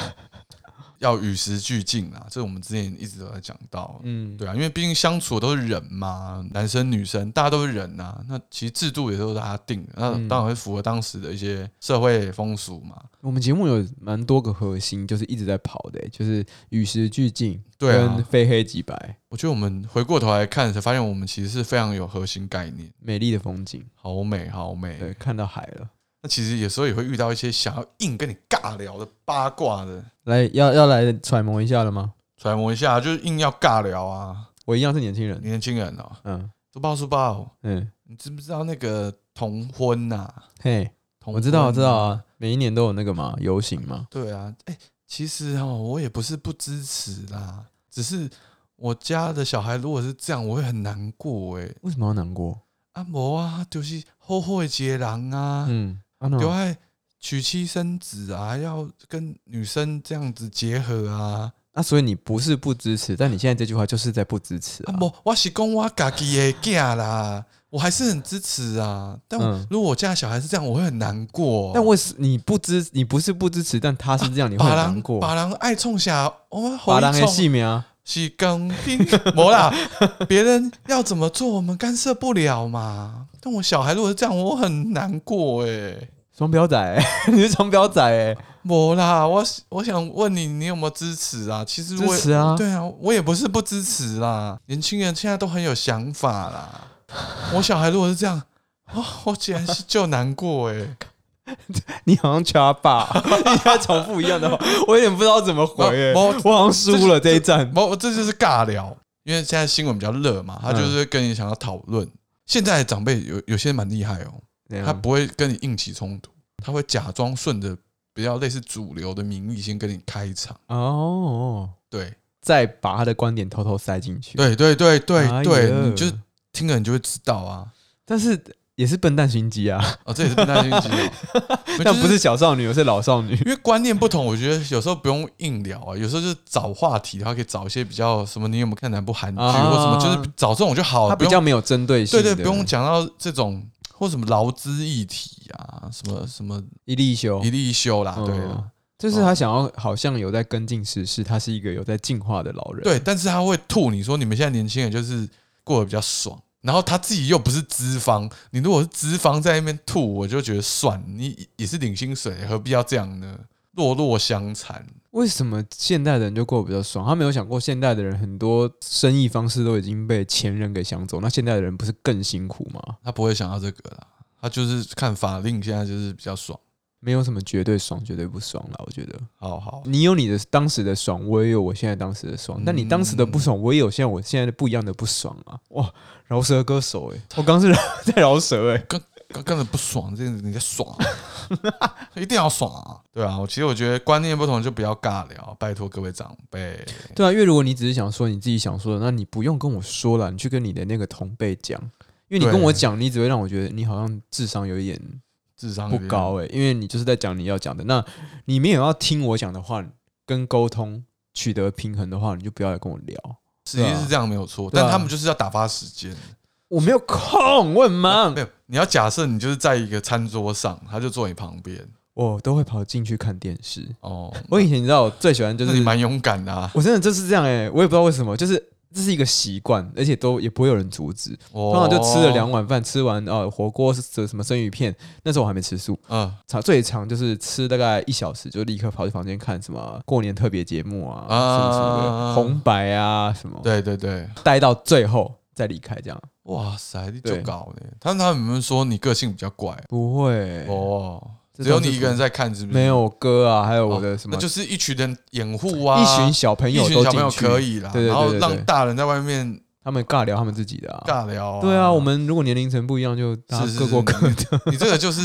Speaker 2: 要与时俱进啦，这我们之前一直都在讲到。
Speaker 1: 嗯，
Speaker 2: 对啊，因为毕竟相处都是人嘛，男生女生大家都是人呐、啊那其实制度也都是大家定的，那
Speaker 1: 嗯
Speaker 2: 当然会符合当时的一些社会风俗嘛。
Speaker 1: 我们节目有蛮多个核心，就是一直在跑的、欸就是与时俱进，
Speaker 2: 对啊
Speaker 1: 跟非黑即白，
Speaker 2: 我觉得我们回过头来看，才发现我们其实是非常有核心概念，
Speaker 1: 美丽的风景，
Speaker 2: 好美好美。
Speaker 1: 对，看到海了。
Speaker 2: 那其实有时候也会遇到一些想要硬跟你尬聊的八卦的，
Speaker 1: 来，要要来揣摩一下了吗？
Speaker 2: 揣摩一下，就是硬要尬聊啊。
Speaker 1: 我一样是年轻人，
Speaker 2: 年轻人哦，
Speaker 1: 嗯
Speaker 2: 书包书包，
Speaker 1: 嗯，
Speaker 2: 你知不知道那个同婚呐、
Speaker 1: 嘿，
Speaker 2: 同
Speaker 1: 我知道，
Speaker 2: 婚
Speaker 1: 我
Speaker 2: 啊
Speaker 1: 知道。啊，每一年都有那个嘛游行嘛，
Speaker 2: 对啊，哎、其实哦，我也不是不支持啦，只是我家的小孩如果是这样，我会很难过哎、
Speaker 1: 为什么要难过？
Speaker 2: 啊，无啊，就是后悔结人啊。
Speaker 1: 嗯，啊那
Speaker 2: 有爱哎娶妻生子啊，要跟女生这样子结合啊。
Speaker 1: 啊，所以你不是不支持，但你现在这句话就是在不支持
Speaker 2: 啊
Speaker 1: 啊。
Speaker 2: 不，我是讲我家己的囝啦，我还是很支持啊。但
Speaker 1: 嗯
Speaker 2: 如果我家的小孩是这样，我会很难过。
Speaker 1: 但为什你不支？你不是不支持，但他是这样，你会很
Speaker 2: 把人
Speaker 1: 难过。
Speaker 2: 把人爱冲下，我们好
Speaker 1: 把狼的
Speaker 2: 冲
Speaker 1: 戏名啊，
Speaker 2: 是钢筋， 没啦，别人要怎么做，我们干涉不了嘛。但我小孩如果是这样，我很难过哎、
Speaker 1: 双标仔、欸， 你是双标仔哎、欸，
Speaker 2: 我啦，我我想问你，你有没有支持啊？其实我
Speaker 1: 支持啊
Speaker 2: 对啊，我也不是不支持啦。年轻人现在都很有想法 啦。我小孩如果是这样，哦，我竟然是就难过哎、
Speaker 1: 你好像掐爸， 你在重复一样的话，我有点不知道怎么回、欸。
Speaker 2: 我
Speaker 1: 我好像输了这一战。
Speaker 2: 不，这就是尬聊，因为现在新闻比较热
Speaker 1: 嗯
Speaker 2: 嘛，他就是会跟你想要讨论。现在的长辈有有些蛮厉害哦，
Speaker 1: 怎样
Speaker 2: 他不会跟你硬起冲突，他会假装顺着比较类似主流的名义先跟你开场。
Speaker 1: 哦，
Speaker 2: 对，
Speaker 1: 再把他的观点偷偷塞进去。，
Speaker 2: 对，对，对，
Speaker 1: 哎
Speaker 2: 对，对，
Speaker 1: 呀
Speaker 2: 你就听了你就会知道啊。
Speaker 1: 但是也是笨蛋心机啊，
Speaker 2: 哦，这也是笨蛋心机 哦，没有
Speaker 1: 但
Speaker 2: 就是
Speaker 1: 不是小少女，而是老少女。
Speaker 2: 因为观念不同，我觉得有时候不用硬聊啊，有时候就是找话题的话，可以找一些比较什么，你有没有看南部韩剧
Speaker 1: 啊
Speaker 2: 或什么，就是找这种就好，
Speaker 1: 他
Speaker 2: 不
Speaker 1: 哦比
Speaker 2: 用
Speaker 1: 较没有针对性
Speaker 2: 对
Speaker 1: 的。
Speaker 2: 对，不用讲到这种或什么劳资议题啊，什么什么
Speaker 1: 一例一休
Speaker 2: 一，例一休啦，对哦
Speaker 1: 嗯
Speaker 2: 啦，
Speaker 1: 就是他想要好像有在跟进时事，他是一个有在进化的老人。
Speaker 2: 对，但是他会吐你说你们现在年轻人就是过得比较爽。然后他自己又不是资方，你如果是资方在那边吐，我就觉得算，你也是领薪水，何必要这样呢？弱弱相残，
Speaker 1: 为什么现代的人就过得比较爽？他没有想过，现代的人很多生意方式都已经被前人给抢走，那现代的人不是更辛苦吗？
Speaker 2: 他不会想到这个啦，他就是看法令现在就是比较爽。
Speaker 1: 没有什么绝对爽，绝对不爽啦。我觉得
Speaker 2: 好好，
Speaker 1: 你有你的当时的爽，我也有我现在当时的
Speaker 2: 嗯
Speaker 1: 爽。但你当时的不爽，我也有现在我现在的不一样的不爽啊！哇，饶舌歌手哎、我刚是 在饶舌哎、
Speaker 2: 根根本不爽，这你在爽啊、 一定要爽啊！对啊，我其实我觉得观念不同就不要尬聊，拜托各位长辈。
Speaker 1: 对啊，因为如果你只是想说你自己想说的，那你不用跟我说了，你去跟你的那个同辈讲，因为你
Speaker 2: 对
Speaker 1: 跟我讲，你只会让我觉得你好像智商有一点
Speaker 2: 智商
Speaker 1: 不
Speaker 2: 有点，
Speaker 1: 高哎、因为你就是在讲你要讲的，那你没有要听我讲的话，跟沟通取得平衡的话，你就不要来跟我聊。
Speaker 2: 实际是这样没有错，
Speaker 1: 对啊
Speaker 2: 但他们就是要打发时间。
Speaker 1: 我没有空，我很忙
Speaker 2: 没，有，你要假设你就是在一个餐桌上，他就坐你旁边
Speaker 1: 我都会跑进去看电视。
Speaker 2: 哦，
Speaker 1: 我以前你知道，我最喜欢就
Speaker 2: 就是
Speaker 1: 是
Speaker 2: 你蛮勇敢的啊。
Speaker 1: 我真的就是这样哎、我也不知道为什么，就是这是一个习惯，而且都也不会有人阻止。
Speaker 2: 通
Speaker 1: 通常就
Speaker 2: 哦
Speaker 1: 吃了两，碗饭，吃完呃火锅是什么生鱼片，那时候我还没吃素，
Speaker 2: 嗯
Speaker 1: 长最长就是吃大概一小时，就立刻跑去房间看什么过年特别节目啊，
Speaker 2: 啊哦
Speaker 1: 什么什么的红白啊什么，
Speaker 2: 对对对，
Speaker 1: 待到最后再离开这样。
Speaker 2: 哇塞，你
Speaker 1: 对
Speaker 2: 就搞呢。他们他们有没有说你个性比较怪啊？
Speaker 1: 不会，
Speaker 2: 哦，
Speaker 1: 这
Speaker 2: 只有
Speaker 1: 倒是
Speaker 2: 你一
Speaker 1: 不
Speaker 2: 个人在看，是不是？
Speaker 1: 没有我哥啊，还有
Speaker 2: 哦，
Speaker 1: 我的什么，
Speaker 2: 那就是一群人掩护啊，
Speaker 1: 一群小朋友
Speaker 2: 一群
Speaker 1: 都
Speaker 2: 小
Speaker 1: 进
Speaker 2: 朋友
Speaker 1: 去，
Speaker 2: 可以啦，
Speaker 1: 对对对
Speaker 2: 然后
Speaker 1: 对对
Speaker 2: 让大人在外面
Speaker 1: 他们尬聊他们自己的啊。
Speaker 2: 尬聊、啊。
Speaker 1: 对啊，我们如果年龄层不一样，就大
Speaker 2: 是
Speaker 1: 家
Speaker 2: 是
Speaker 1: 各过
Speaker 2: 是
Speaker 1: 各的。
Speaker 2: 你这个就是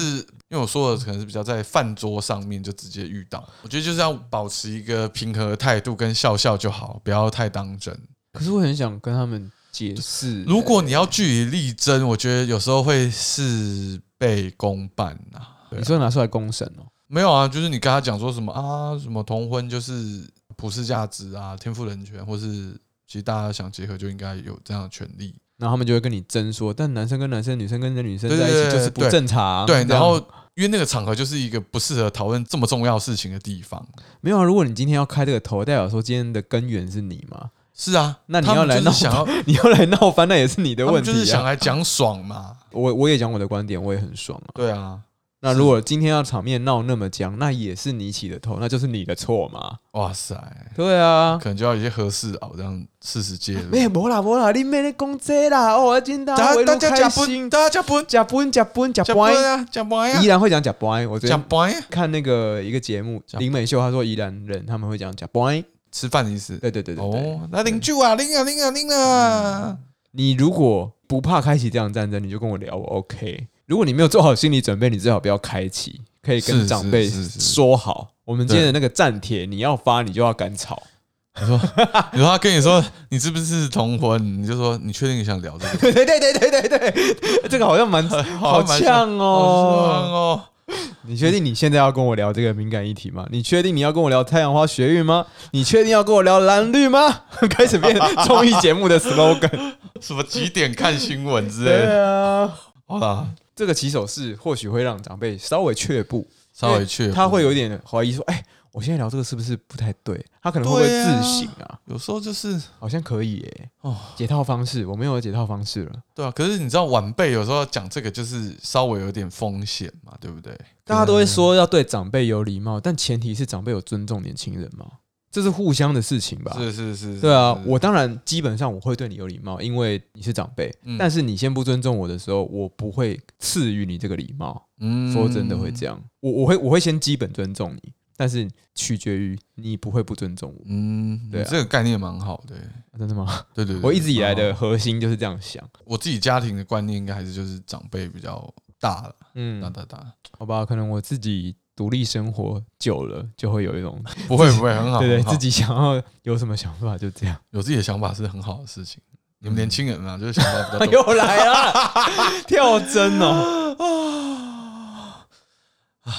Speaker 2: 因为我说的可能是比较在饭桌上面就直接遇到，我觉得就是要保持一个平和的态度跟笑笑就好，不要太当真。
Speaker 1: 可是我很想跟他们解释，
Speaker 2: 如果你要据理力争，我觉得有时候会事倍功半啊。对啊
Speaker 1: 你说拿出来公审哦，
Speaker 2: 没有啊，就是你跟他讲说什么啊，什么同婚就是普世价值啊，天赋人权，或是其实大家想结合就应该有这样的权利。
Speaker 1: 然后他们就会跟你争说，但男生跟男生、女生跟女生
Speaker 2: 对
Speaker 1: 在一
Speaker 2: 对
Speaker 1: 起
Speaker 2: 对
Speaker 1: 就是不
Speaker 2: 对
Speaker 1: 正常。
Speaker 2: 对，
Speaker 1: 啊这样
Speaker 2: 然后因为那个场合就是一个不适合讨论这么重要事情的地方。
Speaker 1: 没有啊，如果你今天要开这个头，代表说今天的根源是你嘛？
Speaker 2: 是啊，
Speaker 1: 那你
Speaker 2: 他们
Speaker 1: 要来
Speaker 2: 就是
Speaker 1: 闹
Speaker 2: 想要，
Speaker 1: 你要来闹翻，那也是你的
Speaker 2: 他
Speaker 1: 问
Speaker 2: 们
Speaker 1: 题、
Speaker 2: 就
Speaker 1: 啊。
Speaker 2: 是想来讲爽 嘛。
Speaker 1: 我我也讲我的观点，我也很爽啊。
Speaker 2: 对啊，
Speaker 1: 那如果今天要场面闹那么僵，那也是你起的头，那就是你的错嘛。
Speaker 2: 哇塞，
Speaker 1: 对啊，
Speaker 2: 可能就要有一些合适哦，这样事实介 入。
Speaker 1: 没无啦无啦，你没咧讲这啦，哦，今天大
Speaker 2: 大
Speaker 1: 家
Speaker 2: 家
Speaker 1: 围
Speaker 2: 大
Speaker 1: 炉
Speaker 2: 家
Speaker 1: 开
Speaker 2: 吃
Speaker 1: 心
Speaker 2: 饭，，大家吃饭，
Speaker 1: 假搬假搬假
Speaker 2: 吃饭
Speaker 1: 搬，
Speaker 2: 啊，吃饭
Speaker 1: 依
Speaker 2: 啊，
Speaker 1: 然会讲假搬。我昨
Speaker 2: 吃
Speaker 1: 天
Speaker 2: 饭啊，
Speaker 1: 看那个一个节目，
Speaker 2: 假
Speaker 1: 林美秀她说宜兰人他们会讲假搬，
Speaker 2: 吃饭的意思。
Speaker 1: 对对对对对。
Speaker 2: 哦，那领酒啊，领啊，领啊，领啊。
Speaker 1: 你如果不怕开启这样的战争，你就跟我聊，我 OK。如果你没有做好心理准备，你最好不要开启，可以跟
Speaker 2: 是
Speaker 1: 长辈
Speaker 2: 是是是
Speaker 1: 说好。我们今天的那个战帖，你要发，你就要敢吵。
Speaker 2: 你说他啊跟你说你是不是同婚，你就说你确定你想聊这个？
Speaker 1: 对对对对对对， 这个好像蛮好
Speaker 2: 蛮
Speaker 1: 呛
Speaker 2: 好像
Speaker 1: 哦。
Speaker 2: 哦。
Speaker 1: 你确定你现在要跟我聊这个敏感议题吗？你确定你要跟我聊太阳花学运吗？你确定要跟我聊蓝绿吗？ 开始变综艺节目的 slogan。
Speaker 2: 什么几点看新闻之类 的。
Speaker 1: 对啊，
Speaker 2: 好啦，
Speaker 1: 这个起手式或许会让长辈稍微却步。
Speaker 2: 稍微去
Speaker 1: 嗯他会有点怀疑说，哎、我现在聊这个是不是不太对？他可能会
Speaker 2: 对
Speaker 1: 不会自
Speaker 2: 啊
Speaker 1: 省啊？
Speaker 2: 有时候就是
Speaker 1: 好像可以耶、
Speaker 2: 哦，
Speaker 1: 解套方式我没有解套方式了，
Speaker 2: 对啊。可是你知道晚辈有时候讲这个就是稍微有点风险嘛，对不对？
Speaker 1: 大家都会说要对啊长辈有礼貌，但前提是长辈有尊重年轻人嘛，这是互相的事情吧？
Speaker 2: 是是是，
Speaker 1: 对啊
Speaker 2: 是，
Speaker 1: 我当然基本上我会对你有礼貌，因为你是长辈。
Speaker 2: 嗯
Speaker 1: 但是你先不尊重我的时候，我不会赐予你这个礼貌。
Speaker 2: 嗯
Speaker 1: 说真的会这样，我我会我会先基本尊重你，但是取决于你不会不尊重我。
Speaker 2: 嗯，
Speaker 1: 对啊
Speaker 2: 这个概念蛮好的欸、
Speaker 1: 真的吗？
Speaker 2: 对对对，
Speaker 1: 我一直以来
Speaker 2: 蛮
Speaker 1: 的
Speaker 2: 好，
Speaker 1: 核心就是这样想。
Speaker 2: 我自己家庭的观念应该还是就是长辈比较大了，大
Speaker 1: 嗯，
Speaker 2: 大大，
Speaker 1: 好吧，可能我自己独立生活久了，就会有一种
Speaker 2: 不会不会 很好，
Speaker 1: 对对
Speaker 2: 很好
Speaker 1: 自己想要有什么想法就这样。
Speaker 2: 有自己的想法是很好的事情。你们年轻人
Speaker 1: 嗯
Speaker 2: 嘛，就是想法 比较多
Speaker 1: 又来了， 跳针哦。
Speaker 2: 啊，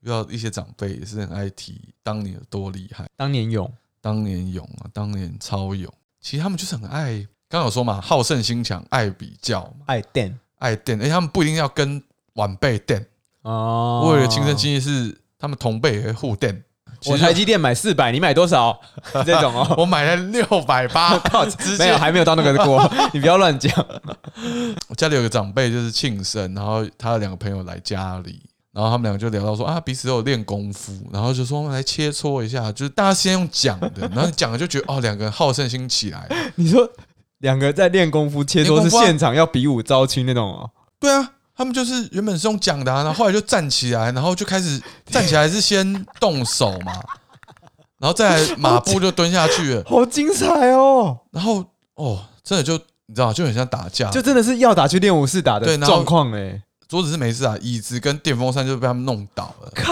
Speaker 2: 遇到一些长辈也是很爱提当年有多厉害，
Speaker 1: 当年勇，
Speaker 2: 当年勇啊，当年超勇。其实他们就是很爱，刚刚有说嘛，好胜心强，爱比较嘛，
Speaker 1: 爱 Dan
Speaker 2: 爱垫。而且他们不一定要跟晚辈垫，
Speaker 1: 哦，
Speaker 2: 我有一个亲身经历是，他们同辈也会互垫。
Speaker 1: 我台积电买四百，你买多少？这种哦，
Speaker 2: 我买了六 百八，直
Speaker 1: 没有，
Speaker 2: 接
Speaker 1: 还没有到那个 锅，你不要乱讲。
Speaker 2: 我家里有个长辈就是庆生，然后他的两个朋友来家里，然后他们两个就聊到说啊，彼此都有练功夫，然后就说来切磋一下，就是大家先用讲的，然后讲了就觉得哦，两个人好胜心起来了。
Speaker 1: 你说两个在练功夫，切磋
Speaker 2: 练功
Speaker 1: 是
Speaker 2: 夫啊
Speaker 1: 现场要比武招亲那种哦。
Speaker 2: 对啊，他们就是原本是用讲的、啊，然后后来就站起来，然后就开始站起来是先动手嘛，然后再来马步就蹲下去了，
Speaker 1: 好精彩哦！
Speaker 2: 然后哦，真的就你知道，就很像打架，
Speaker 1: 就
Speaker 2: 就
Speaker 1: 真的是要打去练武室打的
Speaker 2: 对然后
Speaker 1: 状况哎，
Speaker 2: 桌子是没事啊，椅子跟电风扇就被他们弄倒了。
Speaker 1: 靠！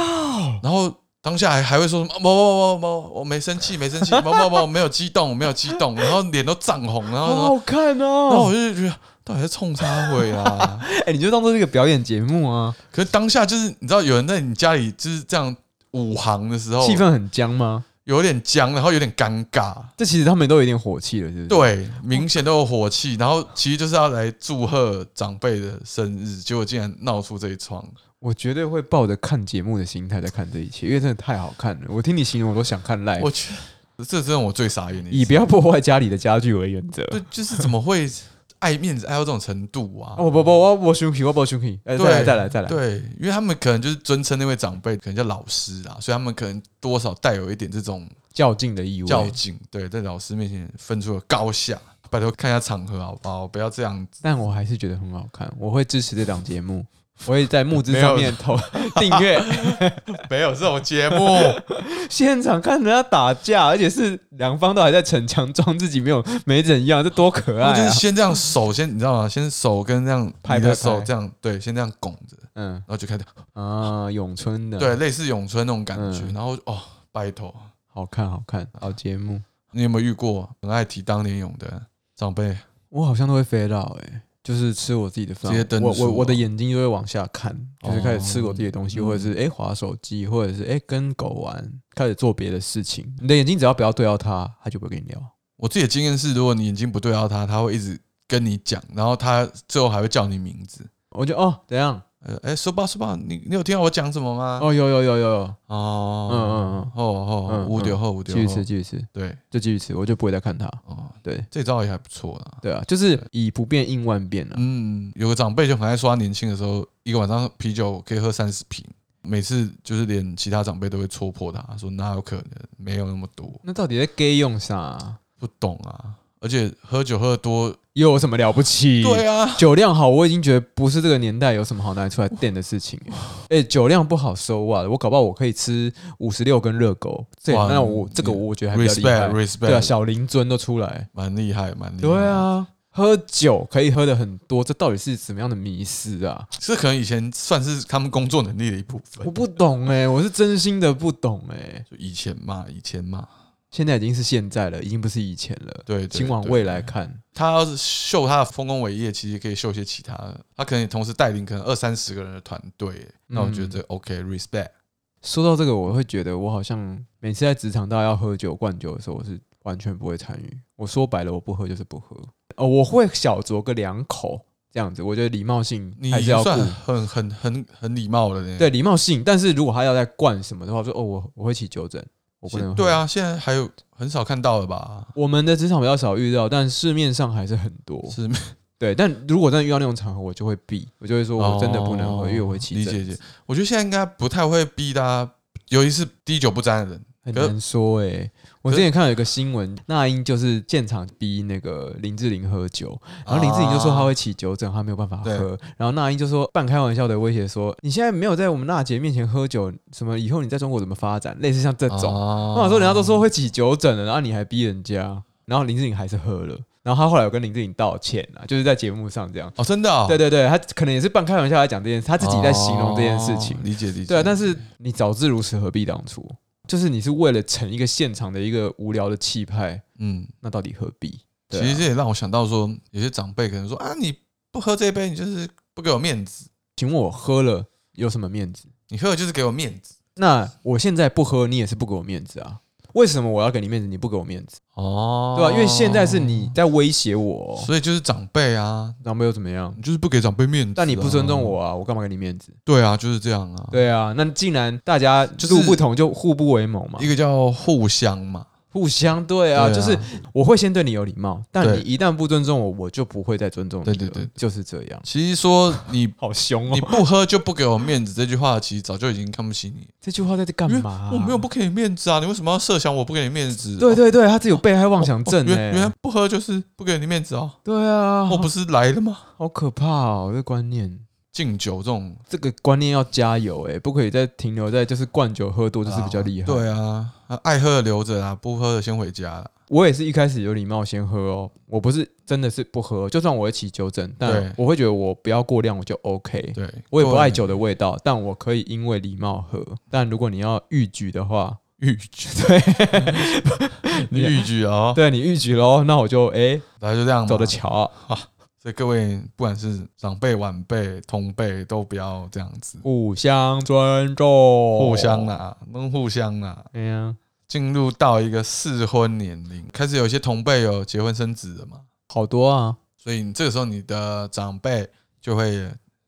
Speaker 2: 然后当下还还会说什么？某某某某，我没生气，没生气，某某某，没有激动，没有激 动，然后脸都涨红，然后
Speaker 1: 好
Speaker 2: 然后
Speaker 1: 好看
Speaker 2: 然后
Speaker 1: 哦
Speaker 2: 我！就觉得到底在冲啥 鬼啊？
Speaker 1: 哎，你就当做是一个表演节目啊，
Speaker 2: 可是当下就是你知道有人在你家里就是这样五行的时候，
Speaker 1: 气氛很僵吗？
Speaker 2: 有点僵，然后有点尴尬，
Speaker 1: 这其实他们都有点火气了，是不是？，
Speaker 2: 对，明显都有火气，然后其实就是要来祝贺长辈的生日，结果竟然闹出这一桩。
Speaker 1: 我绝对会抱着看节目的心态在看这一切，因为真的太好看了。我听你形容，我都想看 live
Speaker 2: 我。去，这真的我最傻眼的一
Speaker 1: 以
Speaker 2: 次。
Speaker 1: 不要破坏家里的家具为原则。
Speaker 2: 对，就是怎么会爱面子爱到这种程度 啊？
Speaker 1: 哦不不，我我胸皮，我不胸皮，哎，再来
Speaker 2: 对，
Speaker 1: 再来再来。
Speaker 2: 对，因为他们可能就是尊称那位长辈，可能叫老师啦，所以他们可能多少带有一点这种
Speaker 1: 较劲的意味。
Speaker 2: 较劲，对，在老师面前分出了高下。拜托看一下场合好不好？不要这样子。
Speaker 1: 但我还是觉得很好看，我会支持这档节目，我会在募资上面 投订阅。
Speaker 2: 没有这种节 目，
Speaker 1: 现场看人家打架，而且是两方都还在逞强，装自己没有没怎样，这多可
Speaker 2: 我
Speaker 1: 爱
Speaker 2: 就是
Speaker 1: 啊！
Speaker 2: 先这样手先，你知道吗？先手跟这样
Speaker 1: 拍
Speaker 2: 你的
Speaker 1: 拍
Speaker 2: 手
Speaker 1: 拍
Speaker 2: 这样，对，先这样拱着，
Speaker 1: 嗯
Speaker 2: 然后就开始
Speaker 1: 啊，咏春的，
Speaker 2: 对，，类似咏春那种感觉。
Speaker 1: 嗯
Speaker 2: 然后哦，拜托，
Speaker 1: 好看好看，
Speaker 2: 啊
Speaker 1: 好节目。
Speaker 2: 你有没有遇过很爱提当年勇的长辈？
Speaker 1: 我好像都会飞到哎、欸就是吃我自己的饭
Speaker 2: 直接，瞪
Speaker 1: 我
Speaker 2: 住
Speaker 1: 我我的
Speaker 2: 哦
Speaker 1: 眼睛就会往下看，就是开始吃我自己的东西，
Speaker 2: 哦
Speaker 1: 或者是哎划、手机，或者是哎、欸跟狗玩，开始做别的事情。你的眼睛只要不要对到它，它就不会跟你聊。
Speaker 2: 我自己的经验是，如果你眼睛不对到他，他会一直跟你讲，然后他最后还会叫你名字。
Speaker 1: 我就哦怎样？
Speaker 2: 呃，哎，说吧说吧，你你有听到我讲什么吗？
Speaker 1: 哦有有有有有，
Speaker 2: 哦，
Speaker 1: 嗯嗯
Speaker 2: 哦哦
Speaker 1: 嗯，
Speaker 2: 五
Speaker 1: 嗯
Speaker 2: 丢后五
Speaker 1: 继
Speaker 2: 丢
Speaker 1: 续
Speaker 2: 后
Speaker 1: 吃，继续吃，
Speaker 2: 对，
Speaker 1: 就继续吃，我就不会再看它。
Speaker 2: 哦，
Speaker 1: 对
Speaker 2: 这招也还不错啦。
Speaker 1: 对啊，就是以不变应万变啊。
Speaker 2: 嗯，有个长辈就很爱说，他年轻的时候一个晚上啤酒可以喝三十瓶，每次就是连其他长辈都会戳破他，说哪有可能，没有那么多，
Speaker 1: 那到底在 gay 用啥、啊？
Speaker 2: 不懂啊。而且喝酒喝得多，
Speaker 1: 又有什么了不起？
Speaker 2: 对啊，
Speaker 1: 酒量好，我已经觉得不是这个年代有什么好拿出来垫的事情。哎、酒量不好收啊，我搞不好我可以吃五十六根热狗，这
Speaker 2: 哇
Speaker 1: 那我
Speaker 2: 你
Speaker 1: 这个我觉得还比较厉害。
Speaker 2: respect
Speaker 1: 对啊，
Speaker 2: respect，
Speaker 1: 小林尊都出来。
Speaker 2: 蛮厉害，蛮厉害。
Speaker 1: 对啊，喝酒可以喝的很多，这到底是什么样的迷思啊？
Speaker 2: 这可能以前算是他们工作能力的一部分
Speaker 1: 我。不懂哎、我是真心的不懂哎、
Speaker 2: 就以前嘛，以前嘛，
Speaker 1: 现在已经是现在了，已经不是以前了。
Speaker 2: 对，对
Speaker 1: 请往
Speaker 2: 对
Speaker 1: 未来看。
Speaker 2: 他要是秀他的丰功伟业，其实可以秀一些其他的。他可能也同时带领可能二三十个人的团队，
Speaker 1: 嗯
Speaker 2: 那我觉得 OK，respect、
Speaker 1: 说到这个，我会觉得我好像每次在职场大家要喝酒灌酒的时候，我是完全不会参与。我说白了，我不喝就是不喝。哦，我会小酌个两口这样子，我觉得礼貌性
Speaker 2: 你
Speaker 1: 还是要顾。
Speaker 2: 算很很很很礼貌的呢。
Speaker 1: 对礼貌性，但是如果他要再灌什么的话，我说哦，我我会起纠正，我不能。
Speaker 2: 对，啊，现在还有很少看到了吧？
Speaker 1: 我们的职场比较少遇到，但市面上还是很多。
Speaker 2: 是
Speaker 1: 对，但如果真的遇到那种场合，我就会避，我就会说我真的不能喝，
Speaker 2: 哦
Speaker 1: 因为我会起
Speaker 2: 理
Speaker 1: 疹
Speaker 2: 解理
Speaker 1: 子
Speaker 2: 解。我觉得现在应该不太会逼大家，尤其是滴酒不沾的人。
Speaker 1: 很
Speaker 2: 可是
Speaker 1: 难说哎、我
Speaker 2: 可是
Speaker 1: 之前看到有一个新闻，那英就是现场逼那个林志玲喝酒，然后林志玲就说她
Speaker 2: 啊
Speaker 1: 会起酒疹，她没有办法
Speaker 2: 对
Speaker 1: 喝。然后那英就说半开玩笑的威胁说：“你现在没有在我们娜姐面前喝酒，什么以后你在中国怎么发展？”类似像这种。
Speaker 2: 啊
Speaker 1: 那我说人家都说会起酒疹了，然后你还逼人家，然后林志颖还是喝了，然后他后来有跟林志颖道歉啊，就是在节目上这样。
Speaker 2: 哦，真的、哦，
Speaker 1: 对对对，他可能也是半开玩笑来讲这件事，他自己在形容这件事情
Speaker 2: 哦。理解理解。
Speaker 1: 对啊，但是你早知如此，何必当初？就是你是为了逞一个现场的一个无聊的气派，
Speaker 2: 嗯，
Speaker 1: 那到底何必？对啊
Speaker 2: 其实这也让我想到说，有些长辈可能说啊，你不喝这一杯，你就是不给我面子；
Speaker 1: 请问我喝了有什么面子？
Speaker 2: 你喝了就是给我面子。
Speaker 1: 那我现在不喝，你也是不给我面子啊？为什么我要给你面子，你不给我面子？
Speaker 2: 哦
Speaker 1: 对啊吧、因为现在是，你在威胁我、哦，
Speaker 2: 所以就是长辈啊，
Speaker 1: 长辈又怎么样？
Speaker 2: 你就是不给长辈面子、
Speaker 1: 但你不尊重，嗯我啊，我干嘛给你面子？
Speaker 2: 对啊，就是这样啊。，
Speaker 1: 对啊，那既然大家
Speaker 2: 就是
Speaker 1: 路不同，就互不为谋嘛
Speaker 2: 一，个叫互相嘛，
Speaker 1: 互相对啊，
Speaker 2: 对啊
Speaker 1: 就是我会先对你有礼貌，但
Speaker 2: 对
Speaker 1: 你一旦不尊重我，我就不会再尊重你了。
Speaker 2: 对对对对
Speaker 1: 就是这样，
Speaker 2: 其实说 你
Speaker 1: 好凶哦
Speaker 2: 你！不喝就不给我面子这句话，其实早就已经看不起你。
Speaker 1: 这句话在这干嘛啊、
Speaker 2: 我没有不给你面子啊，你为什么要设想我不给你面子？
Speaker 1: 对对对，他自己有被害妄
Speaker 2: 哦，
Speaker 1: 想症
Speaker 2: 哦
Speaker 1: 哎、
Speaker 2: 原原来不喝就是不给你面子哦。
Speaker 1: 对啊，
Speaker 2: 我不是来了吗？
Speaker 1: 好可怕哦，这观念。
Speaker 2: 敬酒这种
Speaker 1: 这个观念要加油哎、不可以再停留在就是灌酒喝多，就是比较厉害。
Speaker 2: 对啊，啊爱喝的留着啊，不喝的先回家啦。
Speaker 1: 我也是一开始有礼貌先喝哦，我不是真的是不喝，就算我会起酒疹，但
Speaker 2: 对
Speaker 1: 我会觉得我不要过量，我就 OK。
Speaker 2: 对，
Speaker 1: 哎我也不爱酒的味道，但我可以因为礼貌喝。但如果你要逾矩的话，
Speaker 2: 欲举，
Speaker 1: 你
Speaker 2: 你欲举哦。
Speaker 1: 对你逾矩喽，那我就哎、
Speaker 2: 大家就这样嘛
Speaker 1: 走得。巧啊，
Speaker 2: 所以各位，不管是长辈、晚辈、同辈，都不要这样子，
Speaker 1: 互相尊重，
Speaker 2: 互相。啊啦，能互相啦。
Speaker 1: 哎呀，
Speaker 2: 进入到一个适婚年龄，开始有一些同辈有结婚生子了嘛，
Speaker 1: 好多啊，
Speaker 2: 所以你这个时候你的长辈就会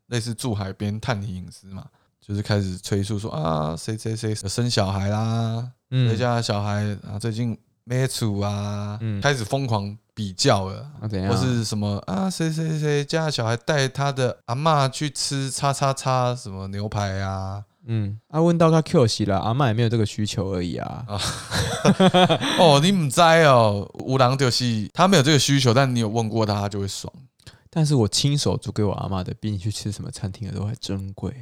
Speaker 2: 类似住海边探你隐私嘛，就是开始催促说啊，谁谁谁生小孩啦，谁
Speaker 1: 嗯，
Speaker 2: 家的小孩啊最近没处啊，
Speaker 1: 嗯哎
Speaker 2: 开始疯狂比较了。
Speaker 1: 那怎样？
Speaker 2: 或是什么啊？谁谁谁家的小孩带他的阿嬷去吃叉叉叉什么牛 排啊？
Speaker 1: 嗯，啊，问到他 Q 息了，阿嬷也没有这个需求而已啊。
Speaker 2: 哦，你唔知哦，五郎就是他没有这个需求，但你有问过他，他就会爽。
Speaker 1: 但是我亲手煮给我阿嬷的，比你去吃什么餐厅的都还珍贵，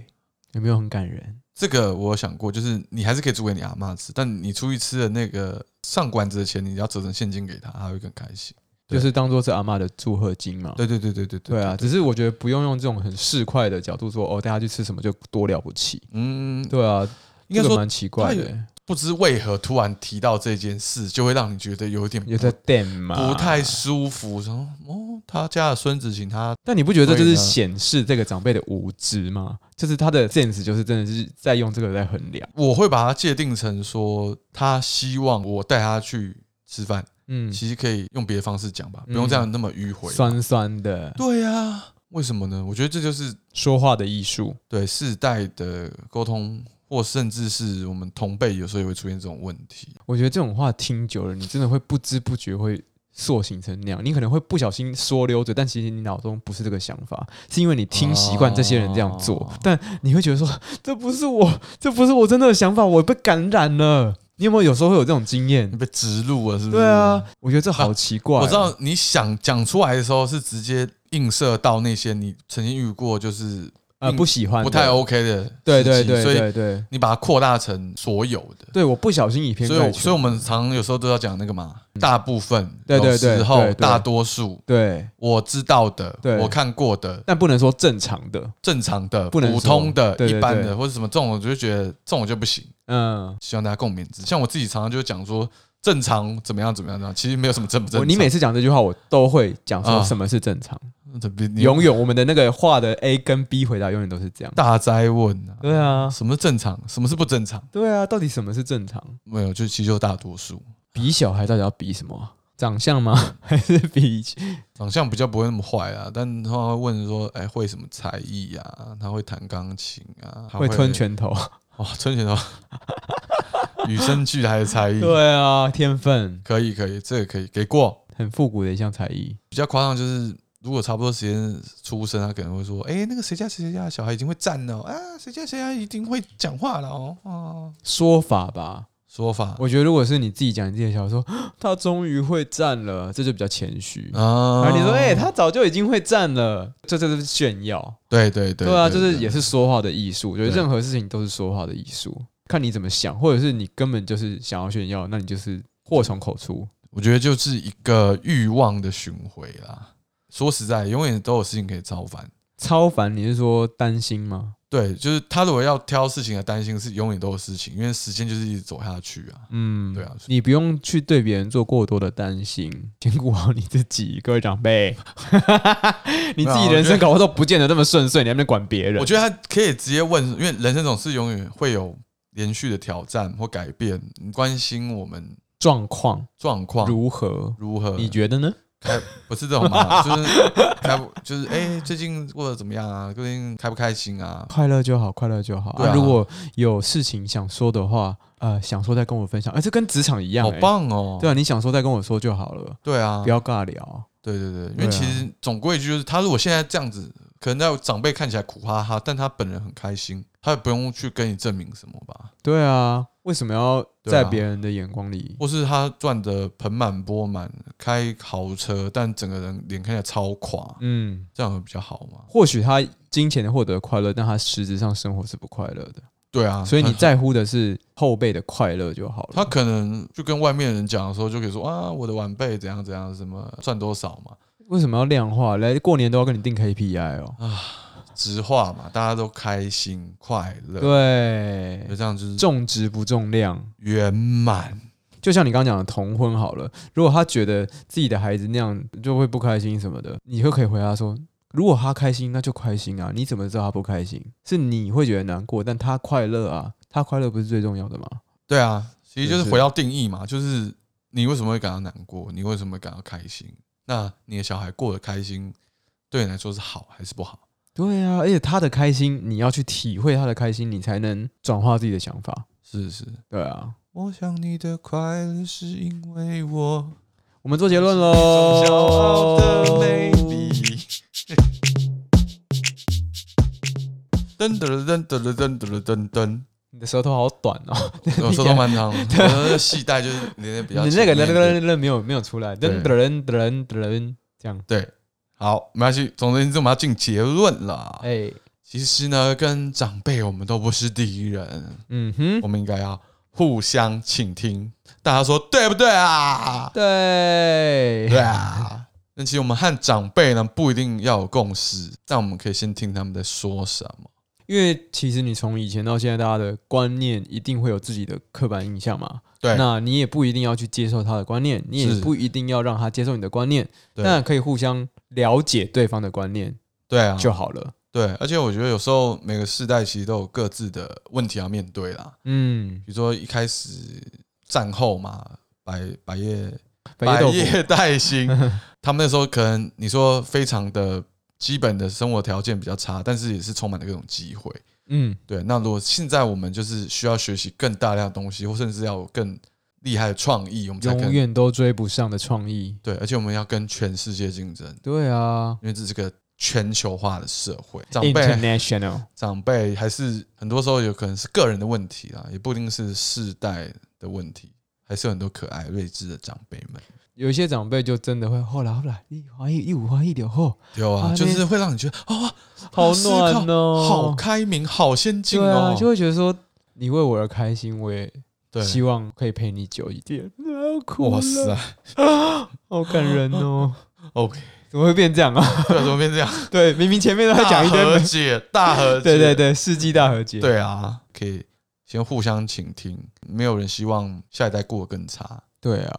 Speaker 1: 有没有很感人？
Speaker 2: 这个我有想过，就是你还是可以煮给你阿嬷吃，但你出去吃的那个上馆子的钱，你要折成现金给他，他会更开心。对
Speaker 1: 就是当做是阿嬷的祝贺金嘛。
Speaker 2: 对对对对对
Speaker 1: 哦对啊，只是我觉得不用用这种很市侩的角度说，哦，大家去吃什么就多了不起。
Speaker 2: 嗯，
Speaker 1: 对啊，
Speaker 2: 应该
Speaker 1: 这个
Speaker 2: 说
Speaker 1: 蛮奇怪的、
Speaker 2: 他不知为何突然提到这件事，就会让你觉得有一点
Speaker 1: 有在
Speaker 2: 不
Speaker 1: d 嘛，
Speaker 2: 不太舒服。说哦，他家的孙子请他
Speaker 1: 但你不觉得这就是
Speaker 2: 对啊的
Speaker 1: 显示这个长辈的无知吗？就是他的 sense 就是真的是在用这个在衡量。
Speaker 2: 我会把它界定成说，他希望我带他去吃饭，
Speaker 1: 嗯，
Speaker 2: 其实可以用别的方式讲吧，
Speaker 1: 嗯
Speaker 2: 不用这样那么迂回。啊
Speaker 1: 酸酸的
Speaker 2: 对呀、为什么呢？我觉得这就是
Speaker 1: 说话的艺术。
Speaker 2: 对世代的沟通，或甚至是我们同辈有时候也会出现这种问题。
Speaker 1: 我觉得这种话听久了，你真的会不知不觉会塑形成那样。你可能会不小心说溜嘴，但其实你脑中不是这个想法，是因为你听习惯这些人这样做，
Speaker 2: 哦
Speaker 1: 但你会觉得说这不是我，这不是我真的想法，我被感染了。你有没有有时候会有这种经验
Speaker 2: 你？被植入了，是不是？
Speaker 1: 嗯对啊，，我觉得这好奇怪、啊
Speaker 2: 嗯我知，道你想讲出来的时候是直接映射到那些你曾经遇过就是
Speaker 1: 呃，不喜欢的，
Speaker 2: 不太 OK 的事情，
Speaker 1: 对对对
Speaker 2: 所以
Speaker 1: 对对
Speaker 2: 你把它扩大成所有的。
Speaker 1: 对，我不小心以偏
Speaker 2: 所以
Speaker 1: 概
Speaker 2: 我，
Speaker 1: 全，
Speaker 2: 所以我们常有时候都要讲那个嘛，大部分，
Speaker 1: 对对对
Speaker 2: 有时
Speaker 1: 对
Speaker 2: 候
Speaker 1: 对
Speaker 2: 大多数，
Speaker 1: 对，
Speaker 2: 我知道的
Speaker 1: 对，
Speaker 2: 我看过的，
Speaker 1: 但不能说正常的，
Speaker 2: 正常的、
Speaker 1: 不能
Speaker 2: 普通的、
Speaker 1: 说对对
Speaker 2: 一般
Speaker 1: 对
Speaker 2: 的，或者什么这种，我就觉得这种就不行。
Speaker 1: 嗯，
Speaker 2: 希望大家共勉之。像我自己常常就讲说，正常怎么样怎么样怎么样，其实没有什么正不正
Speaker 1: 我哦
Speaker 2: 常。
Speaker 1: 你每次讲这句话，我都会讲说
Speaker 2: 啊
Speaker 1: 什么是正常，
Speaker 2: 你
Speaker 1: 永远我们的那个话的 A 跟 B 回答永远都是这样。
Speaker 2: 大灾问啊，
Speaker 1: 对啊，
Speaker 2: 什么是正常，什么是不正常？
Speaker 1: 对啊，到底什么是正常？
Speaker 2: 没有，就其实就大多数。
Speaker 1: 比小孩到底要比什么啊、长相吗？ 还是比
Speaker 2: 长相比较不会那么坏啊，但通常会问说，哎、会什么才艺啊？他会弹钢琴啊，他
Speaker 1: 会吞拳头？
Speaker 2: 哦，春拳头，哦 与生俱来的才艺，
Speaker 1: 对啊，天分
Speaker 2: 可以可以，这个可以给过。
Speaker 1: 很复古的一项才艺。
Speaker 2: 比较夸张就是，如果差不多时间出生，他可能会说：“哎、那个谁家谁家的小孩已经会站了哦啊，谁家谁家一定会讲话了哦。”哦，
Speaker 1: 说法吧，
Speaker 2: 说法
Speaker 1: 我觉得如果是你自己讲你自己的小孩说，他终于会站了，这就比较谦虚。
Speaker 2: 啊
Speaker 1: 而你说，哎、他早就已经会站了，这这就是炫耀。
Speaker 2: 对对对，
Speaker 1: 对啊，就是也是说话的艺术。我觉得
Speaker 2: 对
Speaker 1: 任何事情都是说话的艺术，看你怎么想，或者是你根本就是想要炫耀，那你就是祸从口出。
Speaker 2: 我觉得就是一个欲望的巡回啦。说实在，永远都有事情可以造反。
Speaker 1: 超凡，你是说担心吗？
Speaker 2: 对，就是他如果要挑事情来担心，是永远都有事情，因为时间就是一直走下去啊。
Speaker 1: 嗯，
Speaker 2: 对啊
Speaker 1: 你不用去对别人做过多的担心，兼顾好你自己，各位长 辈。你自己人生搞不好都不见得那么顺遂，你还没管别人。
Speaker 2: 我觉得他可以直接问，因为人生总是永远会有连续的挑战或改变，你关心我们
Speaker 1: 状况
Speaker 2: 状况
Speaker 1: 如何？
Speaker 2: 如何？
Speaker 1: 你觉得呢？
Speaker 2: 开不是这种嘛？ 就是开不就是哎、最近过得怎么样啊？最近开不开心啊？
Speaker 1: 快乐就好，快乐就好。
Speaker 2: 对啊
Speaker 1: 如果有事情想说的话，呃，想说再跟我分享。哎、这跟职场一样、
Speaker 2: 好
Speaker 1: 哎
Speaker 2: 棒哦！
Speaker 1: 对啊，你想说再跟我说就好了，
Speaker 2: 对啊
Speaker 1: 不，要尬聊。
Speaker 2: 对对对，因
Speaker 1: 对
Speaker 2: 为
Speaker 1: 啊
Speaker 2: 其实总归一句就是，他如果现在这样子，可能在长辈看起来苦哈哈，但他本人很开心，他也不用去跟你证明什么吧，
Speaker 1: 对啊，为什么要
Speaker 2: 对啊
Speaker 1: 在别人的眼光里？
Speaker 2: 或是他赚的盆满钵满，开豪车，但整个人脸看起来超垮，
Speaker 1: 嗯，
Speaker 2: 这样会比较好吗？
Speaker 1: 或许他金钱的获得快乐，但他实质上生活是不快乐的。
Speaker 2: 对啊，
Speaker 1: 所以你
Speaker 2: 他
Speaker 1: 在乎的是后辈的快乐就好了。
Speaker 2: 他可能就跟外面人讲的时候，就可以说啊，我的晚辈怎样怎样，什么赚多少嘛，
Speaker 1: 为什么要量化？来过年都要跟你定 KPI 哦。
Speaker 2: 直话嘛，大家都开心快乐，
Speaker 1: 对啊
Speaker 2: 就，这样就是
Speaker 1: 重质不重量。
Speaker 2: 圆满。
Speaker 1: 就像你刚刚讲的同婚好了，如果他觉得自己的孩子那样就会不开心什么的，你会可以回答说：如果他开心，那就开心啊！你怎么知道他不开心？是你会觉得难过，但他快乐啊，他快乐不是最重要的吗？
Speaker 2: 对啊，其实就
Speaker 1: 就是是
Speaker 2: 回到定义嘛，就是你为什么会感到难过，你为什么会感到开心？那你的小孩过得开心，对你来说是好还是不好？
Speaker 1: 对啊，而且他的开心，你要去体会他的开心，你才能转化自己的想法。
Speaker 2: 是是，
Speaker 1: 对啊，
Speaker 2: 我想你的快乐是因为我
Speaker 1: 我们做结论喽。
Speaker 2: 这么骄傲的眉笔。噔噔噔噔噔噔噔噔
Speaker 1: 你的舌头好短哦。
Speaker 2: 噔，我舌头 蛮长的，我的系带就是连的比
Speaker 1: 你
Speaker 2: 较
Speaker 1: 那个
Speaker 2: 前面
Speaker 1: 那
Speaker 2: 一
Speaker 1: 个那
Speaker 2: 点
Speaker 1: 个没有没有出来，噔噔噔噔噔这样。
Speaker 2: 对，好，没关系。总而言之，我们要进结论了。
Speaker 1: 哎，
Speaker 2: 其实呢，跟长辈我们都不是敌人，
Speaker 1: 嗯哼
Speaker 2: 我，们应该要互相倾听。大家说对不对啊？
Speaker 1: 对
Speaker 2: 对啊。那其实我们和长辈呢不一定要有共识，但我们可以先听他们在说什么。
Speaker 1: 因为其实你从以前到现在，大家的观念一定会有自己的刻板印象嘛。
Speaker 2: 对，
Speaker 1: 那你也不一定要去接受他的观念，你也
Speaker 2: 是
Speaker 1: 不一定要让他接受你的观念，
Speaker 2: 对
Speaker 1: 但可以互相了解对方的观念
Speaker 2: 对啊，
Speaker 1: 就好了。
Speaker 2: 对。而且我觉得有时候每个世代其实都有各自的问题要面对啦。
Speaker 1: 嗯，
Speaker 2: 比如说一开始战后嘛，百百业
Speaker 1: 百叶嗯豆腐
Speaker 2: 百业 带薪，他们那时候可能你说非常的基本的生活条件比较差，但是也是充满了各种机会。
Speaker 1: 嗯，
Speaker 2: 对，那如果现在我们就是需要学习更大量的东西，或甚至要有更厉害的创意，我们才可
Speaker 1: 永
Speaker 2: 能
Speaker 1: 远都追不上的创意。
Speaker 2: 对，而且我们要跟全世界竞争，
Speaker 1: 对啊
Speaker 2: 因为这是个全球化的社会。长辈
Speaker 1: ，international。
Speaker 2: 长辈还是很多时候有可能是个人的问题啦，也不一定是世代的问题，还是有很多可爱睿智的长辈们。
Speaker 1: 有一些长辈就真的会后来后来一花一一五花一柳后，
Speaker 2: 有啊，
Speaker 1: 啊
Speaker 2: 就是会让你觉得哦，
Speaker 1: 好
Speaker 2: 思考
Speaker 1: 暖哦，
Speaker 2: 好开明，好先进
Speaker 1: 对啊，，
Speaker 2: 哦
Speaker 1: 就会觉得说你为我而开心，我也
Speaker 2: 对
Speaker 1: 希望可以陪你久一点。啊我哭了，
Speaker 2: 哇塞
Speaker 1: 好感人 哦，
Speaker 2: ，OK，
Speaker 1: 怎么会变这样 啊？
Speaker 2: 对啊，怎么变这样？
Speaker 1: 对，明明前面都在讲一
Speaker 2: 大和
Speaker 1: 堆，
Speaker 2: 解，大和解，
Speaker 1: 对对对，世纪大和解，
Speaker 2: 对啊，可以先互相倾听，没有人希望下一代过得更差，
Speaker 1: 对啊，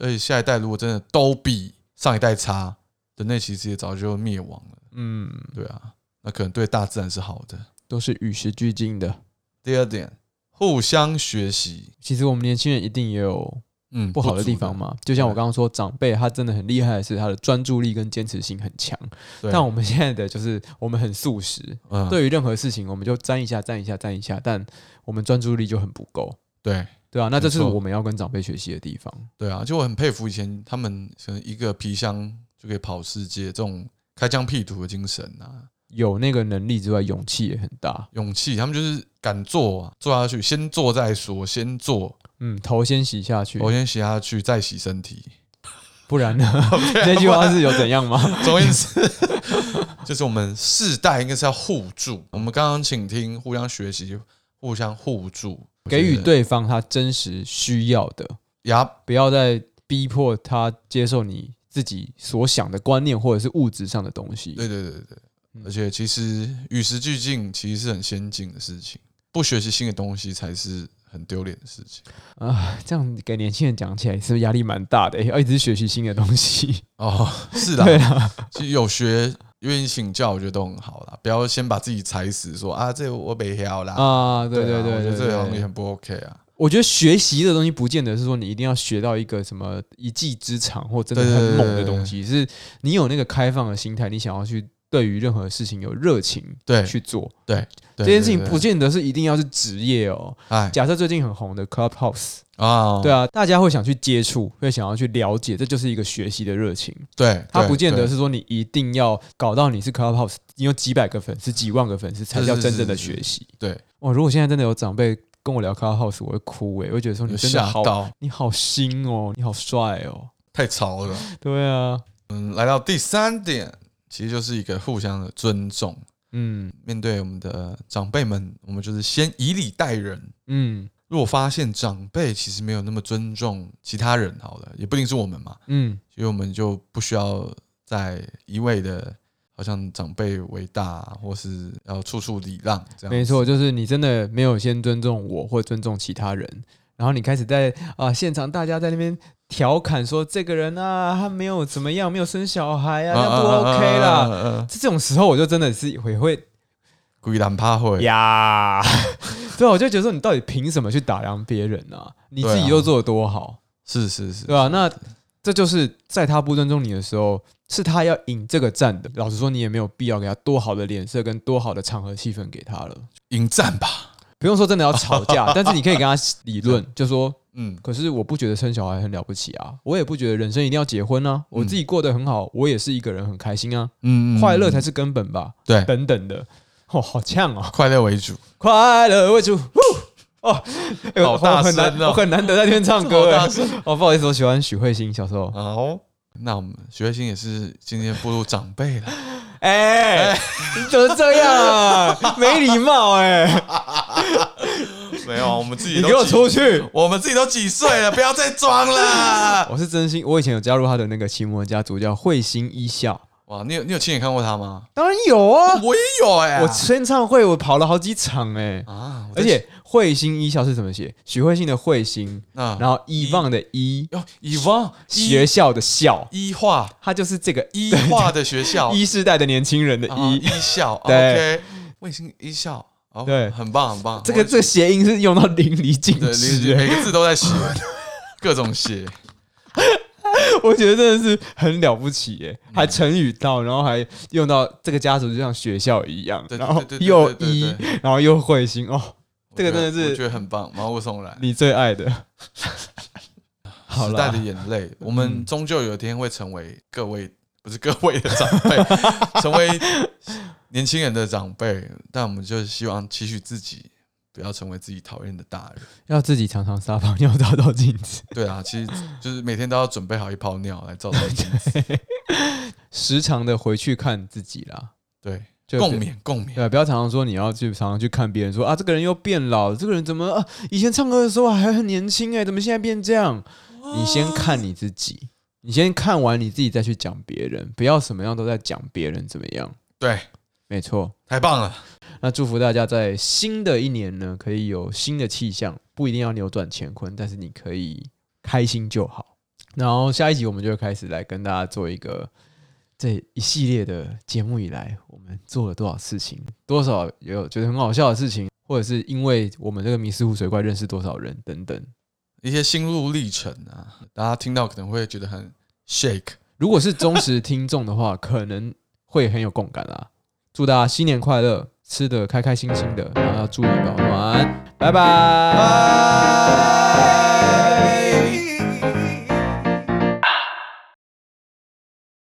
Speaker 2: 而且下一代如果真的都比上一代差，人类其实也早就灭亡了，
Speaker 1: 嗯，
Speaker 2: 对啊，那可能对大自然是好的。
Speaker 1: 都是与时俱进的。
Speaker 2: 第二点，互相学习，
Speaker 1: 其实我们年轻人一定也有
Speaker 2: 嗯，
Speaker 1: 不好的
Speaker 2: 足
Speaker 1: 地方，嘛，就像我
Speaker 2: 对
Speaker 1: 刚刚说，长辈他真的很厉害的是他的专注力跟坚持性很强，
Speaker 2: 对
Speaker 1: 但我们现在的就是我们很素食，
Speaker 2: 嗯，
Speaker 1: 对于任何事情我们就沾一下沾一下沾一下，但我们专注力就很不够。
Speaker 2: 对
Speaker 1: 对啊，那这
Speaker 2: 没
Speaker 1: 是
Speaker 2: 错
Speaker 1: 我们要跟长辈学习的地方。
Speaker 2: 对啊，就我很佩服以前他们可能一个皮箱就可以跑世界这种开疆辟土的精神啊，
Speaker 1: 有那个能力之外，勇气也很大。
Speaker 2: 勇气，他们就是敢做啊，做下去，先做再说，先做，
Speaker 1: 嗯，头先洗下去，
Speaker 2: 我先洗下去，再洗身体。
Speaker 1: 不然 呢？ 这句话是有怎样吗？
Speaker 2: 总而言之，就是我们世代应该是要互助。我们刚刚请听，互相学习，互相互助，
Speaker 1: 给
Speaker 2: 我
Speaker 1: 予
Speaker 2: 觉得
Speaker 1: 对方他真实需要的，
Speaker 2: 呀，
Speaker 1: 不要再逼迫他接受你自己所想的观念或者是物质上的东西。
Speaker 2: 对对对对对
Speaker 1: 嗯
Speaker 2: 而且其实与时俱进，其实是很先进的事情。不学习新的东西才是很丢脸的事情
Speaker 1: 啊，这样给年轻人讲起来，是不是压力蛮大的？要一直学习新的东西。
Speaker 2: 哦。是
Speaker 1: 对啊
Speaker 2: 的，
Speaker 1: 啦，
Speaker 2: 其实有学愿意请教，我觉得都很好啦。不要先把自己踩死，说啊，这我北漂 啦。
Speaker 1: 啊，对对
Speaker 2: 啊我
Speaker 1: 对
Speaker 2: 觉
Speaker 1: 对
Speaker 2: 得这个东西
Speaker 1: 对，
Speaker 2: 很不 OK 啊。
Speaker 1: 我觉得学习的东西不见得是说你一定要学到一个什么一技之长或真的
Speaker 2: 对对
Speaker 1: 很
Speaker 2: 对
Speaker 1: 猛
Speaker 2: 对
Speaker 1: 的
Speaker 2: 对
Speaker 1: 东西，是你有那个开放的心态，你想要去对于任何事情有热情
Speaker 2: 对，
Speaker 1: 去做。
Speaker 2: 对
Speaker 1: 这件事情
Speaker 2: 对
Speaker 1: 不
Speaker 2: 对
Speaker 1: 见得是一定要是职业哦。
Speaker 2: 哎
Speaker 1: 假设最近很红的 Clubhouse，
Speaker 2: 啊，
Speaker 1: 对啊，大家会想去接触，会想要去了解，这就是一个学习的热情。
Speaker 2: 对，
Speaker 1: 它
Speaker 2: 对
Speaker 1: 不见
Speaker 2: 对
Speaker 1: 得是说你一定要搞到你是 Clubhouse，你有几百个粉丝、几万个粉丝才叫
Speaker 2: 是是
Speaker 1: 真正的
Speaker 2: 是是
Speaker 1: 学习。
Speaker 2: 对，
Speaker 1: 哇，如果现在真的有长辈跟我聊 Clubhouse，我会哭欸诶、我会觉得说你
Speaker 2: 有
Speaker 1: 真的
Speaker 2: 吓
Speaker 1: 好，
Speaker 2: 到，
Speaker 1: 你好新哦，你好帅哦。
Speaker 2: 太潮了。
Speaker 1: 对啊，
Speaker 2: 嗯，来到第三点，其实就是一个互相的尊重。
Speaker 1: 嗯
Speaker 2: 面对我们的长辈们，我们就是先以礼待人。
Speaker 1: 嗯
Speaker 2: 如果发现长辈其实没有那么尊重其他人，好了，也不一定是我们嘛，
Speaker 1: 嗯，
Speaker 2: 所以我们就不需要再一味的，好像长辈为大，或是要处处礼让这样。
Speaker 1: 没错，，就是你真的没有先尊重我或尊重其他人，然后你开始在啊、现场大家在那边调侃说这个人啊，他没有怎么样，没有生小孩啊，那不 OK 啦。
Speaker 2: 啦，
Speaker 1: 这种时候我就真的是也会
Speaker 2: 鬼胆怕会。
Speaker 1: 呀， 对啊，我就觉得说你到底凭什么去打量别人啊？你自己
Speaker 2: 对啊
Speaker 1: 又做的多好，
Speaker 2: 是是是，
Speaker 1: 对啊吧、那这就是在他不尊重你的时候，是他要引这个战的。老实说，你也没有必要给他多好的脸色跟多好的场合气氛给他了。
Speaker 2: 迎战吧。
Speaker 1: 不用说真的要吵 架，但是你可以跟他理论，就说，
Speaker 2: 嗯，
Speaker 1: 可是我不觉得生小孩很了不起啊，我也不觉得人生一定要结婚啊，我自己过得很好，我也是一个人很开心啊，
Speaker 2: 嗯，嗯
Speaker 1: 快乐
Speaker 2: 嗯
Speaker 1: 才是根本吧，
Speaker 2: 对，
Speaker 1: 等等的。哦，好呛哦！
Speaker 2: 快乐为主，
Speaker 1: 快乐为主。呼哦，哎呦
Speaker 2: 好大
Speaker 1: 我很难
Speaker 2: 声哦
Speaker 1: 我很难得在这边唱歌哎。
Speaker 2: 声
Speaker 1: 哦，不好意思，我喜欢许慧欣，小时候。
Speaker 2: 好。那我们徐慧欣也是今天步入长辈了，
Speaker 1: 哎，你怎么这样啊？没礼貌哎！
Speaker 2: 没有，我们自己
Speaker 1: 你给我
Speaker 2: 几
Speaker 1: 出，去！
Speaker 2: 我们自己都几岁了，不要再装了。
Speaker 1: 我是真心，我以前有加入他的那个奇摩家族，叫慧心一笑。
Speaker 2: 哇，你有你有亲眼看过他吗？
Speaker 1: 当然有啊，
Speaker 2: 我也有哎、
Speaker 1: 我签唱会我跑了好几场哎。
Speaker 2: 啊，我在
Speaker 1: 而且慧心一笑是怎么写？许慧欣的慧心，
Speaker 2: 啊，
Speaker 1: 然后遗忘的遗，
Speaker 2: 哟，以往
Speaker 1: 学
Speaker 2: 医
Speaker 1: 校的校，
Speaker 2: 医化
Speaker 1: 他就是这个
Speaker 2: 医化的学校，
Speaker 1: 一世代的年轻人的
Speaker 2: 啊
Speaker 1: 一。
Speaker 2: 医校
Speaker 1: 对
Speaker 2: ，OK，卫星医校，哦，
Speaker 1: 对
Speaker 2: 很棒很棒，
Speaker 1: 这个
Speaker 2: 我
Speaker 1: 这个谐音是用到淋漓尽
Speaker 2: 对
Speaker 1: 致、
Speaker 2: 你
Speaker 1: 欸，
Speaker 2: 每个字都 在写，各种写，
Speaker 1: 我觉得真的是很了不起耶、
Speaker 2: 嗯
Speaker 1: 还成语到，然后还用到这个家族就像学校一样，
Speaker 2: 对对
Speaker 1: 然后
Speaker 2: 对对对
Speaker 1: 又
Speaker 2: 对对
Speaker 1: 一
Speaker 2: 对，
Speaker 1: 然后又会心哦， 这个
Speaker 2: 我觉得
Speaker 1: 真的是
Speaker 2: 我觉得很棒，毛骨悚然。
Speaker 1: 你最爱 的，好嗯
Speaker 2: 时代
Speaker 1: 了
Speaker 2: 的，眼泪，我们终究有一天会成为各位不是各位的长 辈，成为年轻人的长辈，但我们就希望期许自己不要成为自己讨厌的大人。
Speaker 1: 要自己常常撒泡尿照照镜子，
Speaker 2: 对啊，其实就是每天都要准备好一泡尿来照照镜子，
Speaker 1: 时常的回去看自己啦，
Speaker 2: 对，
Speaker 1: 就
Speaker 2: 共。勉共勉。
Speaker 1: 对，啊不要常常说你要去常常去看别人说啊，这个人又变老，这个人怎么啊？以前唱歌的时候还很年轻哎、怎么现在变这样？你先看你自己，你先看完你自己再去讲别人，不要什么样都在讲别人怎么样。
Speaker 2: 对，
Speaker 1: 没错，
Speaker 2: 太棒了，
Speaker 1: 那祝福大家在新的一年呢，可以有新的气象，不一定要扭转乾坤，但是你可以开心就好。然后下一集我们就会开始来跟大家做一个这一系列的节目以来，我们做了多少事情，多少有觉得很好笑的事情，或者是因为我们这个迷失湖水怪认识多少人等等。
Speaker 2: 一些心路历程啊，大家听到可能会觉得很 shake。
Speaker 1: 如果是忠实听众的话，可能会很有共感啦。祝大家新年快乐，吃的开开心心的，然后要注意保暖，拜拜
Speaker 2: 拜。